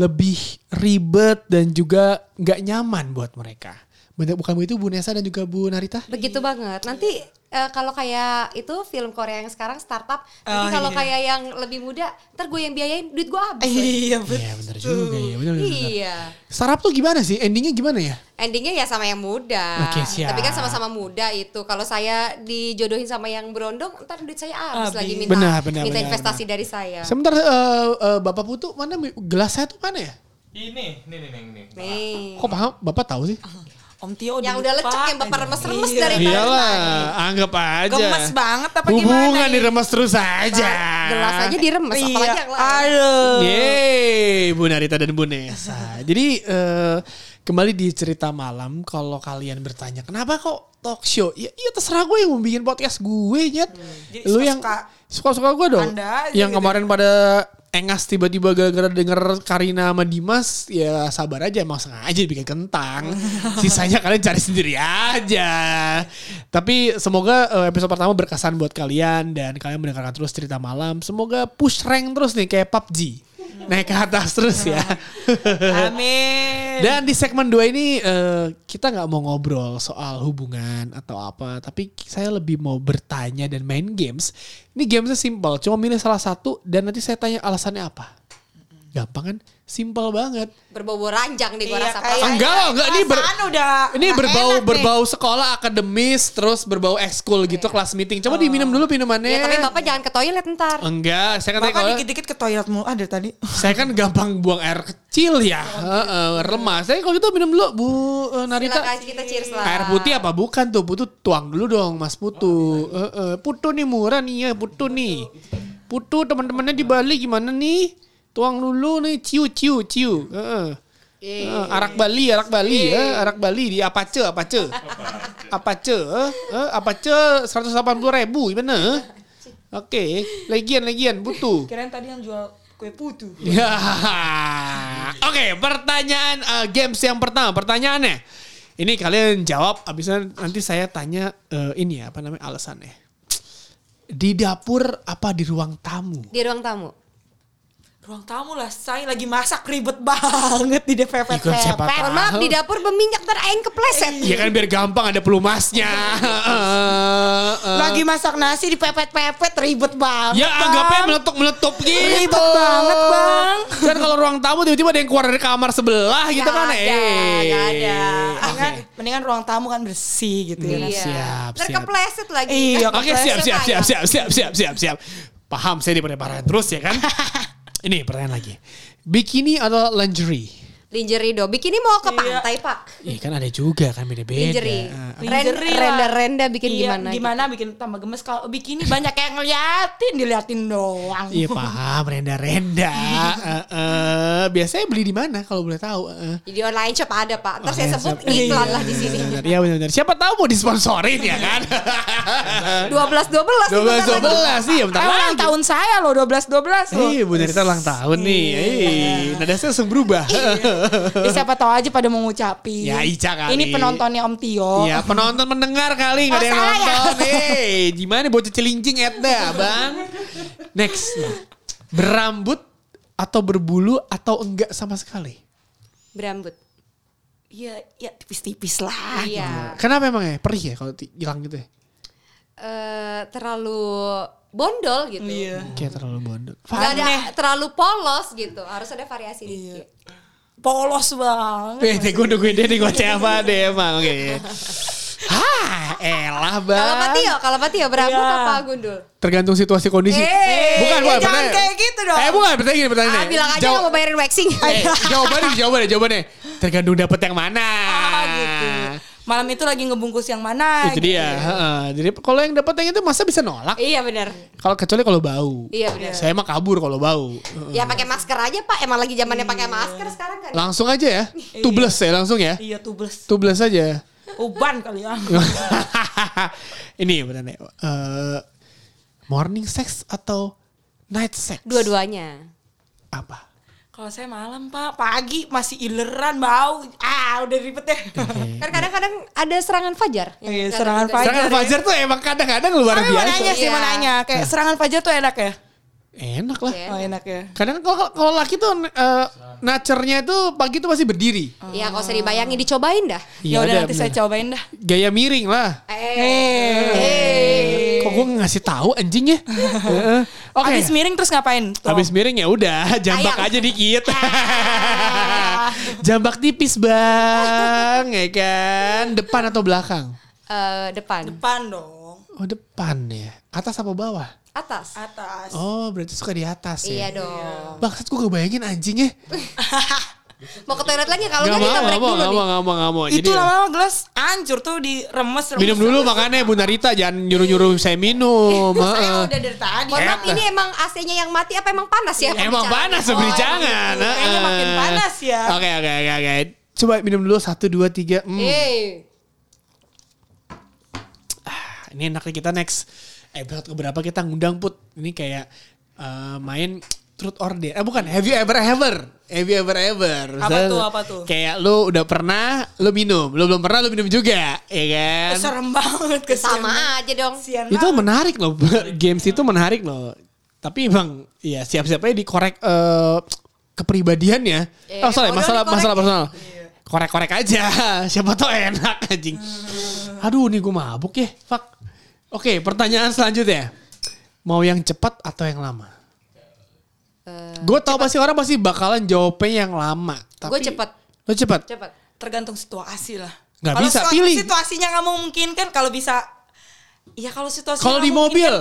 S2: lebih ribet dan juga nggak nyaman buat mereka. Bener- Bukan begitu Bu Nesa dan juga Bu Narita?
S3: Begitu banget. Nanti eh, kalau kayak itu film Korea yang sekarang startup, nanti
S4: Oh,
S3: kalau
S4: iya.
S3: kayak yang lebih muda, ntar gue yang biayain, duit gue habis.
S4: Iya,
S2: Iya
S4: betul.
S2: bener juga
S4: Eh,
S2: ya bener, bener, bener.
S3: iya.
S2: Sarap tuh gimana sih? Endingnya gimana ya?
S3: Endingnya ya sama yang muda.
S2: Oke, siap.
S3: Tapi kan sama-sama muda itu. Kalau saya dijodohin sama yang berondong, ntar duit saya habis
S4: Habis.
S3: lagi minta
S2: Benar, benar,
S3: minta
S2: benar,
S3: investasi dari
S4: Iya.
S3: saya.
S2: Sebentar eh, eh, Bapak Putu mana mi- gelas saya tuh mana ya?
S5: Ini, ini, ini, ini. ini.
S4: Iya.
S3: Nih.
S2: Kok paham? Bapak tahu sih?
S4: Om Tio udah
S3: Yang udah lecek,
S4: lupa
S3: yang bapak
S4: aja.
S3: remes-remes
S4: Iya.
S3: dari tadi.
S2: anggap aja.
S4: Gemes banget apa gimana?
S2: Hubungan
S4: nih?
S2: diremas terus aja.
S3: Gelas aja diremes,
S4: Iya.
S3: apalagi yang lain.
S4: Aduh.
S2: Iya. Yeay, Bu Narita dan Bu Nesa. Jadi eh, kembali di cerita malam kalau kalian bertanya kenapa kok talk show? Ya, ya terserah gue yang mau bikin podcast gue nyet.
S4: Hmm. Jadi
S2: Lu yang
S4: suka-suka
S2: suka-suka gue dong.
S4: Anda aja
S2: yang
S4: gitu.
S2: kemarin pada engas tiba-tiba gara-gara denger Karina sama Dimas ya sabar aja emang sengaja bikin
S4: *laughs*
S2: kentang sisanya kalian cari sendiri aja tapi semoga eh, episode pertama berkesan buat kalian dan kalian mendengarkan terus cerita malam semoga push rank terus nih kayak PUBG naik ke atas terus ya
S4: Nah.
S2: *laughs*
S4: Amin.
S2: Dan di segmen 2 ini eh, kita nggak mau ngobrol soal hubungan atau apa, tapi saya lebih mau bertanya dan main games. Ini gamesnya simple, cuma milih salah satu dan nanti saya tanya alasannya apa. Gampang kan? Simple banget.
S3: Berbobo ranjang nih gue
S4: Iya,
S3: rasa.
S4: kayak-
S3: Perasaan-
S2: Enggak loh, enggak ini ber-
S4: Perasaan udah
S2: Ini
S4: nggak
S2: berbau
S4: Nah, enak nih.
S2: berbau sekolah akademis, terus berbau ekskul
S4: Iya.
S2: gitu, kelas meeting. Coba
S4: Oh.
S2: diminum dulu minumannya.
S3: Ya, tapi bapak jangan ke toilet ntar.
S2: Enggak, saya kan tadi
S4: Bapak
S2: kalau-
S4: dikit-dikit ke toilet mulu. Ah dari tadi.
S2: saya kan gampang buang air kecil ya, Heeh, remah. Saya kalau gitu minum dulu Bu eh, Narita.
S3: Silakan kita cheers lah.
S2: Air putih apa bukan tuh? Putu tuang dulu dong, Mas Putu. Eh, eh, Putu nih murah nih ya, Putu nih. Putu teman-temannya di Bali gimana nih? Tuang dulu nih, ciu ciu ciu. Eh, eh. Eh, arak Bali, arak Bali, eh, arak Bali di Apache, Apache. Apache, eh, eh, Apache 180 ribu gimana? eh? Oke, legian legian butuh.
S4: Kirain tadi yang jual kue putu.
S2: Ya. Oke, pertanyaan eh, games yang pertama. Pertanyaannya. Ini kalian jawab abisnya nanti saya tanya eh, ini ya, apa namanya alasannya. Di dapur apa di ruang tamu?
S3: Di ruang tamu.
S4: Ruang tamu lah, saya lagi masak ribet banget di DPP.
S2: Ikut Eh, siapa
S3: Mohon maaf
S2: tahu.
S3: di dapur berminyak ntar aing kepleset.
S2: Ya kan biar gampang ada
S3: *laughs*
S2: pelumasnya. Eh, eh.
S4: Lagi masak nasi di pepet-pepet ribet banget.
S2: Ya
S4: Bang.
S2: anggapnya meletup-meletup gitu.
S4: Ribet banget, Bang.
S2: Kan kalau ruang tamu tiba-tiba ada yang keluar dari kamar sebelah gitu
S3: Nggak
S2: kan.
S3: ada,
S2: Eh.
S3: nggak ada.
S4: Mendingan, mendingan ruang tamu kan bersih gitu ya.
S3: Iya.
S2: Siap,
S3: Ntar
S2: siap.
S3: kepleset lagi.
S4: Iya,
S2: Oke siap siap siap siap siap siap siap siap. Paham saya diperparah terus
S3: *laughs*
S2: ya kan? Ini pertanyaan lagi. Bikini atau lingerie?
S3: Lingerie do. Bikini mau ke pantai, Pak.
S2: Iya kan ada juga kan beda-beda.
S3: Lingerie.
S2: Ah,
S3: Ren-
S4: Lingerie lah.
S3: Renda-renda bikin
S4: Iya,
S3: gimana?
S4: Gimana bikin tambah gemes kalau bikini banyak yang ngeliatin, diliatin doang.
S2: Iya paham
S3: *laughs*
S2: renda-renda. Eh, eh, Biasanya beli di mana kalau boleh tahu? Eh, eh.
S3: Jadi online shop ada, Pak. Ntar saya
S2: Online
S3: sebut
S2: shop.
S3: Oh, iklan
S2: Iya,
S3: lah di sini.
S2: benar-benar. Iya benar-benar. Siapa tahu mau disponsorin ya
S3: *laughs*
S2: kan? 12
S3: 12 12
S2: 12 iya bentar
S4: Eh, ulang
S2: lagi.
S4: tahun saya loh 12 12 loh.
S2: Iya, Bu Narita ulang tahun nih. Iya. Nada saya langsung berubah.
S3: Iya.
S4: Ya, siapa tahu aja pada mau ngucapin.
S2: Ya, Ica kali.
S4: Ini penontonnya Om Tio.
S2: Iya penonton mendengar kali nggak ada yang
S4: Oh. salah ya?
S2: nonton. *laughs* Hei, gimana bocah celincing Edda, bang? Next, berambut atau berbulu atau enggak sama sekali?
S3: Berambut.
S4: Iya, ya tipis-tipis lah.
S3: Iya.
S2: Kenapa emang ya perih ya kalau ti- hilang gitu ya?
S3: Eh, terlalu bondol gitu.
S2: Kayak terlalu bondol.
S3: Nggak ada
S4: Iya. Aneh.
S3: terlalu polos gitu. Harus ada variasi dikit.
S4: Polos banget.
S2: Wih, gue nungguin Eh, dia nih gue apa deh emang. Oke. Hah, elah bang.
S3: Kalau Pak
S4: ya?
S3: Tio, kalau Pak Tio berambut
S4: Iya.
S3: apa gundul?
S2: Tergantung situasi kondisi.
S3: Eh,
S2: bukan, bukan.
S4: jangan
S2: pertanyaan-
S4: kayak gitu dong.
S2: Eh, bukan, pertanyaan gini, pertanyaan.
S3: Ah,
S2: gini.
S3: bilang aja
S2: Jawab-
S3: nggak mau bayarin waxing.
S2: Eh, jawabannya, jawabannya, jawabannya. Tergantung dapet yang mana.
S4: Ah, gitu. Malam itu lagi ngebungkus yang mana?
S2: itu dia. ya, heeh. Jadi kalau yang dapat yang itu masa bisa nolak?
S3: iya benar.
S2: Kalau kecuali kalau bau.
S3: Iya, benar.
S2: Saya mah kabur kalau bau. Heeh.
S3: Ya pakai masker aja Pak. Emang lagi zamannya pakai masker sekarang kan.
S2: Langsung aja ya. Tubles ya langsung ya.
S4: Iya, tubles.
S2: Tubles aja. *laughs*
S4: Uban kali ya.
S2: Ini benar morning sex atau night sex?
S3: Dua-duanya.
S2: Apa?
S4: Kalau saya malam, Pak. Pagi masih ileran bau. Ah, udah ribet deh.
S2: Iya.
S3: Kan kadang-kadang ada serangan fajar. yang
S4: Iya,
S3: datang
S4: serangan
S3: juga.
S4: fajar.
S2: Serangan fajar tuh emang kadang-kadang luar
S4: Tapi mau nanya
S2: biasa.
S4: sih, mau
S3: Iya.
S4: nanya. Kayak serangan fajar tuh enak ya?
S2: Enak lah.
S3: Iya.
S4: Oh, enak ya.
S2: Kadang kalau kalau laki tuh eh, nacernya itu pagi tuh masih berdiri.
S3: Iya, kalau usah dibayangin dicobain dah.
S4: Ya udah
S2: udah,
S4: nanti
S2: Iya,
S4: saya
S2: bener.
S4: cobain dah.
S2: Gaya miring lah.
S3: Eh.
S2: Kok gue ngasih tahu anjingnya? Heeh. Oke.
S4: Habis miring terus ngapain? Tuh.
S2: Habis miring ya udah, jambak
S3: Ayam.
S2: aja dikit. *laughs* jambak tipis, Bang. Ya kan? Depan atau belakang?
S3: Eh, depan.
S4: depan dong.
S2: Oh, depan ya. Atas apa bawah?
S3: Atas.
S4: Atas.
S2: Oh, berarti suka di atas ya.
S3: Iya dong.
S2: Bangsat gue kebayangin anjingnya.
S3: Mau ke toilet lagi kalau
S2: Gak ya? mau,
S3: enggak kita
S2: gak
S3: break
S2: mau,
S3: dulu
S2: gak
S3: nih.
S2: mau, gak mau, gak mau. Jadi
S4: itu lama-lama gelas hancur tuh diremes. remes,
S2: minum dulu
S4: remes.
S2: makanya Bu Narita jangan nyuruh-nyuruh saya minum.
S4: Saya
S2: Heeh.
S4: udah dari tadi.
S3: Mohon maaf
S2: Enak.
S3: ini emang AC-nya yang mati apa emang panas ya?
S2: Emang panas beri jangan.
S4: gitu. Kayaknya
S2: Heeh.
S4: makin panas ya.
S2: Oke oke oke oke. Coba minum dulu satu dua tiga. Hmm.
S3: Eh.
S2: Ini enaknya kita next episode keberapa kita ngundang put. Ini kayak eh, main Truth or dare. Eh bukan, have you ever ever? Have you ever ever? Misalnya,
S4: tuh, apa tuh?
S2: Kayak lu udah pernah, lu minum. Lu belum pernah, lu minum juga. Ya kan?
S4: Serem banget kesian.
S3: Sama aja dong.
S4: Kesian
S2: itu
S4: banget.
S2: menarik loh. *laughs* Games itu menarik loh. Tapi bang, ya siap-siap aja dikorek eh, kepribadiannya.
S3: Eh,
S2: oh sorry,
S3: kalau
S2: masalah
S3: dikorek-
S2: masalah personal.
S3: Iya.
S2: Korek-korek aja. *laughs* Siapa tau enak anjing.
S3: Hmm.
S2: Aduh, nih gue mabuk ya. Fuck. Oke, pertanyaan selanjutnya. Mau yang cepat atau yang lama? gue tau pasti orang pasti bakalan jawabnya yang lama. Tapi
S3: Eh, Gua cepet.
S2: Lo cepet?
S3: Cepat.
S4: tergantung situasi lah.
S2: Nggak
S4: Kalau
S2: bisa
S4: situa-
S2: pilih.
S4: Situasinya nggak memungkinkan kalau bisa. Iya kalau situasi.
S2: Kalau di mobil?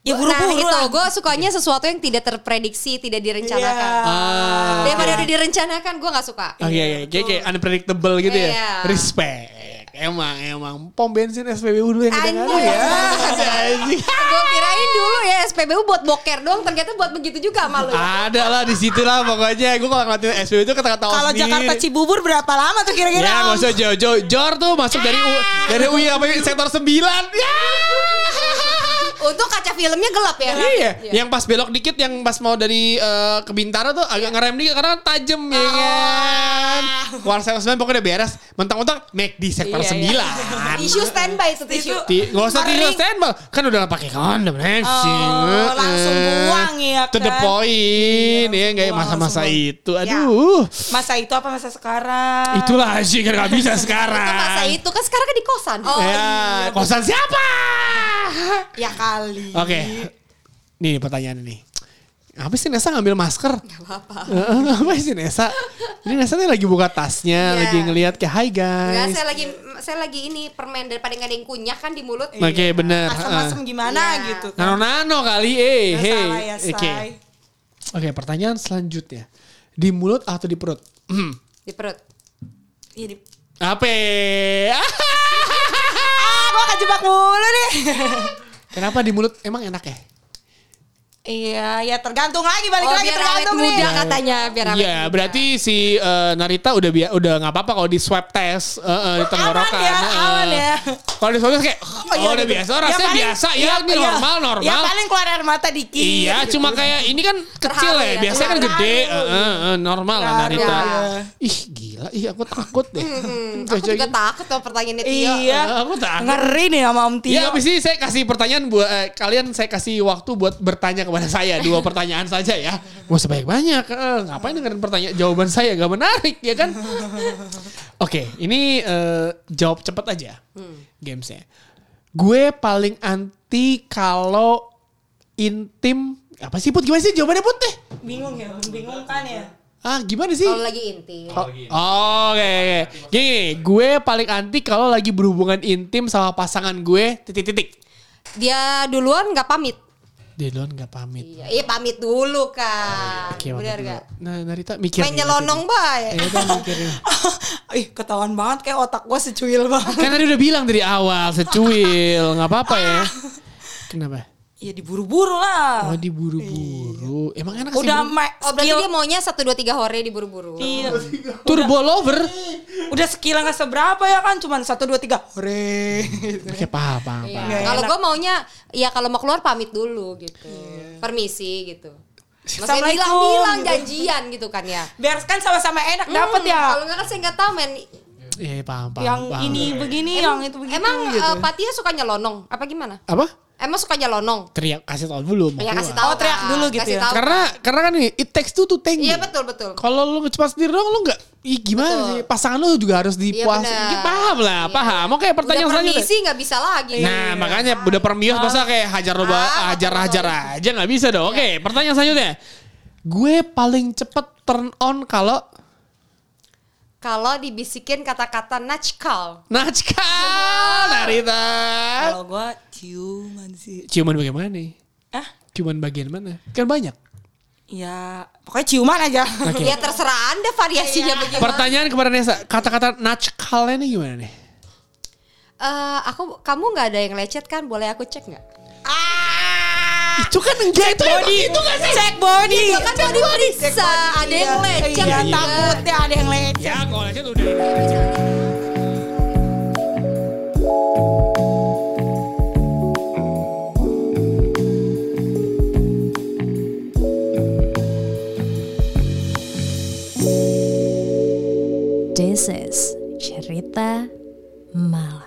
S4: Ya
S3: nah, itu
S4: buru-buru lah.
S3: gue sukanya sesuatu yang tidak terprediksi, tidak direncanakan.
S4: Iya.
S2: Ah.
S3: Daripada udah direncanakan, gue nggak suka.
S2: Oke, iya, kayak, kayak unpredictable gitu ya.
S3: Iya.
S2: Respect. Emang, emang. Pom bensin SPBU dulu yang kita
S3: Anjing.
S2: ngadu ya. *laughs*
S3: *laughs*
S2: Anjing.
S3: gue kirain dulu ya SPBU buat boker doang, ternyata buat begitu juga sama lu.
S2: Ada lah di situ lah pokoknya. Gue kalau ngeliatin SPBU itu kata-kata
S4: Kalau Jakarta Cibubur berapa lama tuh kira-kira?
S2: Ya nggak usah jauh-jauh. Jor tuh masuk dari U, dari UI apa ya, sektor 9. Ya.
S3: Untung kaca filmnya gelap ya.
S2: Iya, yang pas belok dikit, yang pas mau dari eh, ke Bintaro tuh agak ngerem dikit karena tajem ya kan. Keluar sektor 9 pokoknya udah beres. Mentang-mentang make di sektor
S3: Iya,
S2: 9.
S3: iya. Tisu standby itu tisu.
S2: Ti, gak usah
S4: Kering.
S2: tidur standby kan udah pakai kondom anjing.
S4: Oh, langsung buang ya
S2: to the
S4: kan.
S2: point
S4: Iya,
S2: ya nggak
S4: buang,
S2: masa-masa
S4: langsung buang. Ya. Ah.
S2: itu aduh
S4: Masa itu apa masa sekarang?
S2: itulah anjing kan nggak
S4: *laughs*
S2: bisa sekarang
S3: Itu masa itu kan sekarang kan di kosan.
S2: ya
S4: Iya,
S2: kosan siapa
S4: Ya kali.
S2: oke nih pertanyaan ini apa sih Nesa ngambil masker? Gak apa-apa. apa sih Nesa? Ini Nesa nih lagi buka tasnya,
S3: Iya.
S2: lagi ngelihat kayak Hai
S3: Enggak,
S2: guys.
S3: saya lagi saya lagi ini permen daripada nggak ada yang kunyah kan di mulut.
S2: Oke bener.
S4: Iya, Asam-asam gimana
S3: Iya.
S4: gitu.
S2: Nano nano kali eh.
S4: Nggak
S2: hey.
S4: salah ya, Shay.
S2: Oke. Oke, pertanyaan selanjutnya. Di mulut atau di perut? *clears throat* Hmm.
S3: Di perut.
S4: Iya, di-
S2: Apa?
S4: *laughs* Ah, gua kejebak mulu nih.
S2: *laughs* Kenapa di mulut emang enak ya?
S4: Iya, ya tergantung lagi balik
S3: Oh,
S4: lagi
S3: biar awet
S4: tergantung nih.
S3: muda katanya, biar awet.
S2: Iya, berarti si eh, Narita udah bia- udah nggak apa-apa kalau di swab test eh, eh, di tenggorokan.
S4: Aman ya,
S2: eh.
S4: aman ya.
S2: Kalau di swab test kayak oh,
S4: iya
S2: udah
S4: gitu.
S2: biasa, rasanya
S4: paling-
S2: biasa, ya, ini
S4: iya.
S2: normal normal.
S4: Ya paling keluar air mata dikit.
S2: Iya,
S4: gitu.
S2: cuma kayak ini kan kecil
S3: Terharu
S2: ya,
S3: ya,
S2: biasanya kan
S4: terharu.
S2: gede, eh, eh, eh, normal lah
S4: Terharu,
S2: Narita.
S4: iya.
S2: Ih gila, ih aku takut deh.
S3: Hmm, aku juga takut sama pertanyaannya Tio.
S4: Iya.
S2: Eh, aku takut.
S4: Ngeri nih sama Om Tio.
S2: Ya abis ini saya kasih pertanyaan buat eh, kalian saya kasih waktu buat bertanya kepada saya dua pertanyaan saja ya. Mau sebanyak banyak ngapain dengerin pertanyaan jawaban saya gak menarik ya kan? Oke ini eh, jawab cepet aja gamesnya. Gue paling anti kalau intim apa sih put gimana sih jawabannya put deh?
S4: Bingung ya, bingung kan ya. *laughs*
S2: Ah gimana sih?
S3: Kalau lagi inti.
S2: Oh, oke, oke. Gini, gue paling anti kalau lagi berhubungan intim sama pasangan gue, titik-titik.
S3: Dia duluan nggak pamit.
S2: Dia duluan gak pamit.
S3: Iya, iya, pamit dulu kan.
S2: Oke,
S3: Bener
S2: mantap.
S3: gak?
S2: Nah, Narita mikir.
S3: Main nyelonong
S4: Iya,
S3: baik.
S2: Ya udah mikirin.
S4: Ih, ketahuan banget kayak otak gua secuil banget.
S2: Kan tadi udah bilang dari awal secuil, nggak apa-apa ya. Kenapa?
S4: Iya diburu-buru lah.
S2: Oh,
S3: Iya.
S2: diburu-buru. Emang enak sih.
S4: Udah
S2: buru?
S4: ma-
S3: Oh berarti
S4: skill-
S3: dia maunya 1, 2, 3 hore diburu-buru.
S4: Iya.
S2: turbo lover.
S4: Udah skill nggak seberapa ya kan, cuman satu dua tiga. Hore.
S3: Iya.
S2: Oke, paham, paham, paham.
S4: Nggak
S3: Kalau
S4: enak.
S3: gue maunya ya kalau mau keluar pamit dulu gitu.
S4: Iya.
S3: Permisi gitu. Maksudnya
S4: Assalamualaikum,
S3: bilang-bilang
S4: gitu.
S3: janjian gitu kan ya.
S4: Biar kan sama-sama enak dapat
S3: Hmm,
S4: ya.
S3: Kalau nggak kan saya nggak tahu men.
S2: Iya, paham, paham.
S4: Yang
S2: paham.
S4: ini begini, yang itu begini.
S3: Emang
S4: gitu.
S3: eh, Patia suka nyelonong apa gimana?
S2: apa?
S3: Emang suka nyelonong?
S2: Teriak kasih tau dulu. mau
S3: Ya kasih
S2: keluar.
S3: tahu.
S4: Oh, teriak
S3: kan.
S4: dulu gitu
S3: Kasih
S4: ya.
S3: tahu.
S2: Karena karena kan ini it takes two to tango.
S3: Iya betul betul.
S2: Kalau lu cuma sendiri doang lu nggak Ih gimana
S3: Betul.
S2: sih? Pasangan lu juga harus dipuas.
S3: bener.
S2: Ya, paham lah, paham. Oke,
S3: Udah
S2: pertanyaan selanjutnya.
S3: permisi nggak bisa lagi. Hmm.
S2: Nah, makanya udah permios masa kayak hajar roba,
S3: Ah,
S2: hajar hajar aja nggak bisa dong. Oke, pertanyaan selanjutnya. Gue paling cepet turn on kalau
S3: Kalau dibisikin kata-kata natchkal.
S2: Najka Narita.
S4: Kalau gua ciuman sih.
S2: Ciuman bagaimana nih?
S4: Ah,
S2: Ciuman bagian mana? Kan banyak.
S4: ya pokoknya ciuman aja.
S2: Oke.
S3: Ya terserah anda variasinya bagaimana.
S2: Pertanyaan kepada Nesa, kata-kata najkalnya nih gimana nih?
S3: Eh, aku kamu nggak ada yang lecet kan? Boleh aku cek nggak?
S2: Itu kan enggak itu body. itu kan
S4: Cek body.
S3: Ya kan tadi periksa ada yang lecet
S4: Jangan
S2: iya.
S4: takutnya ada yang lecet.
S2: Ya, kalau aja udah ini.
S1: Princess, cerita malam.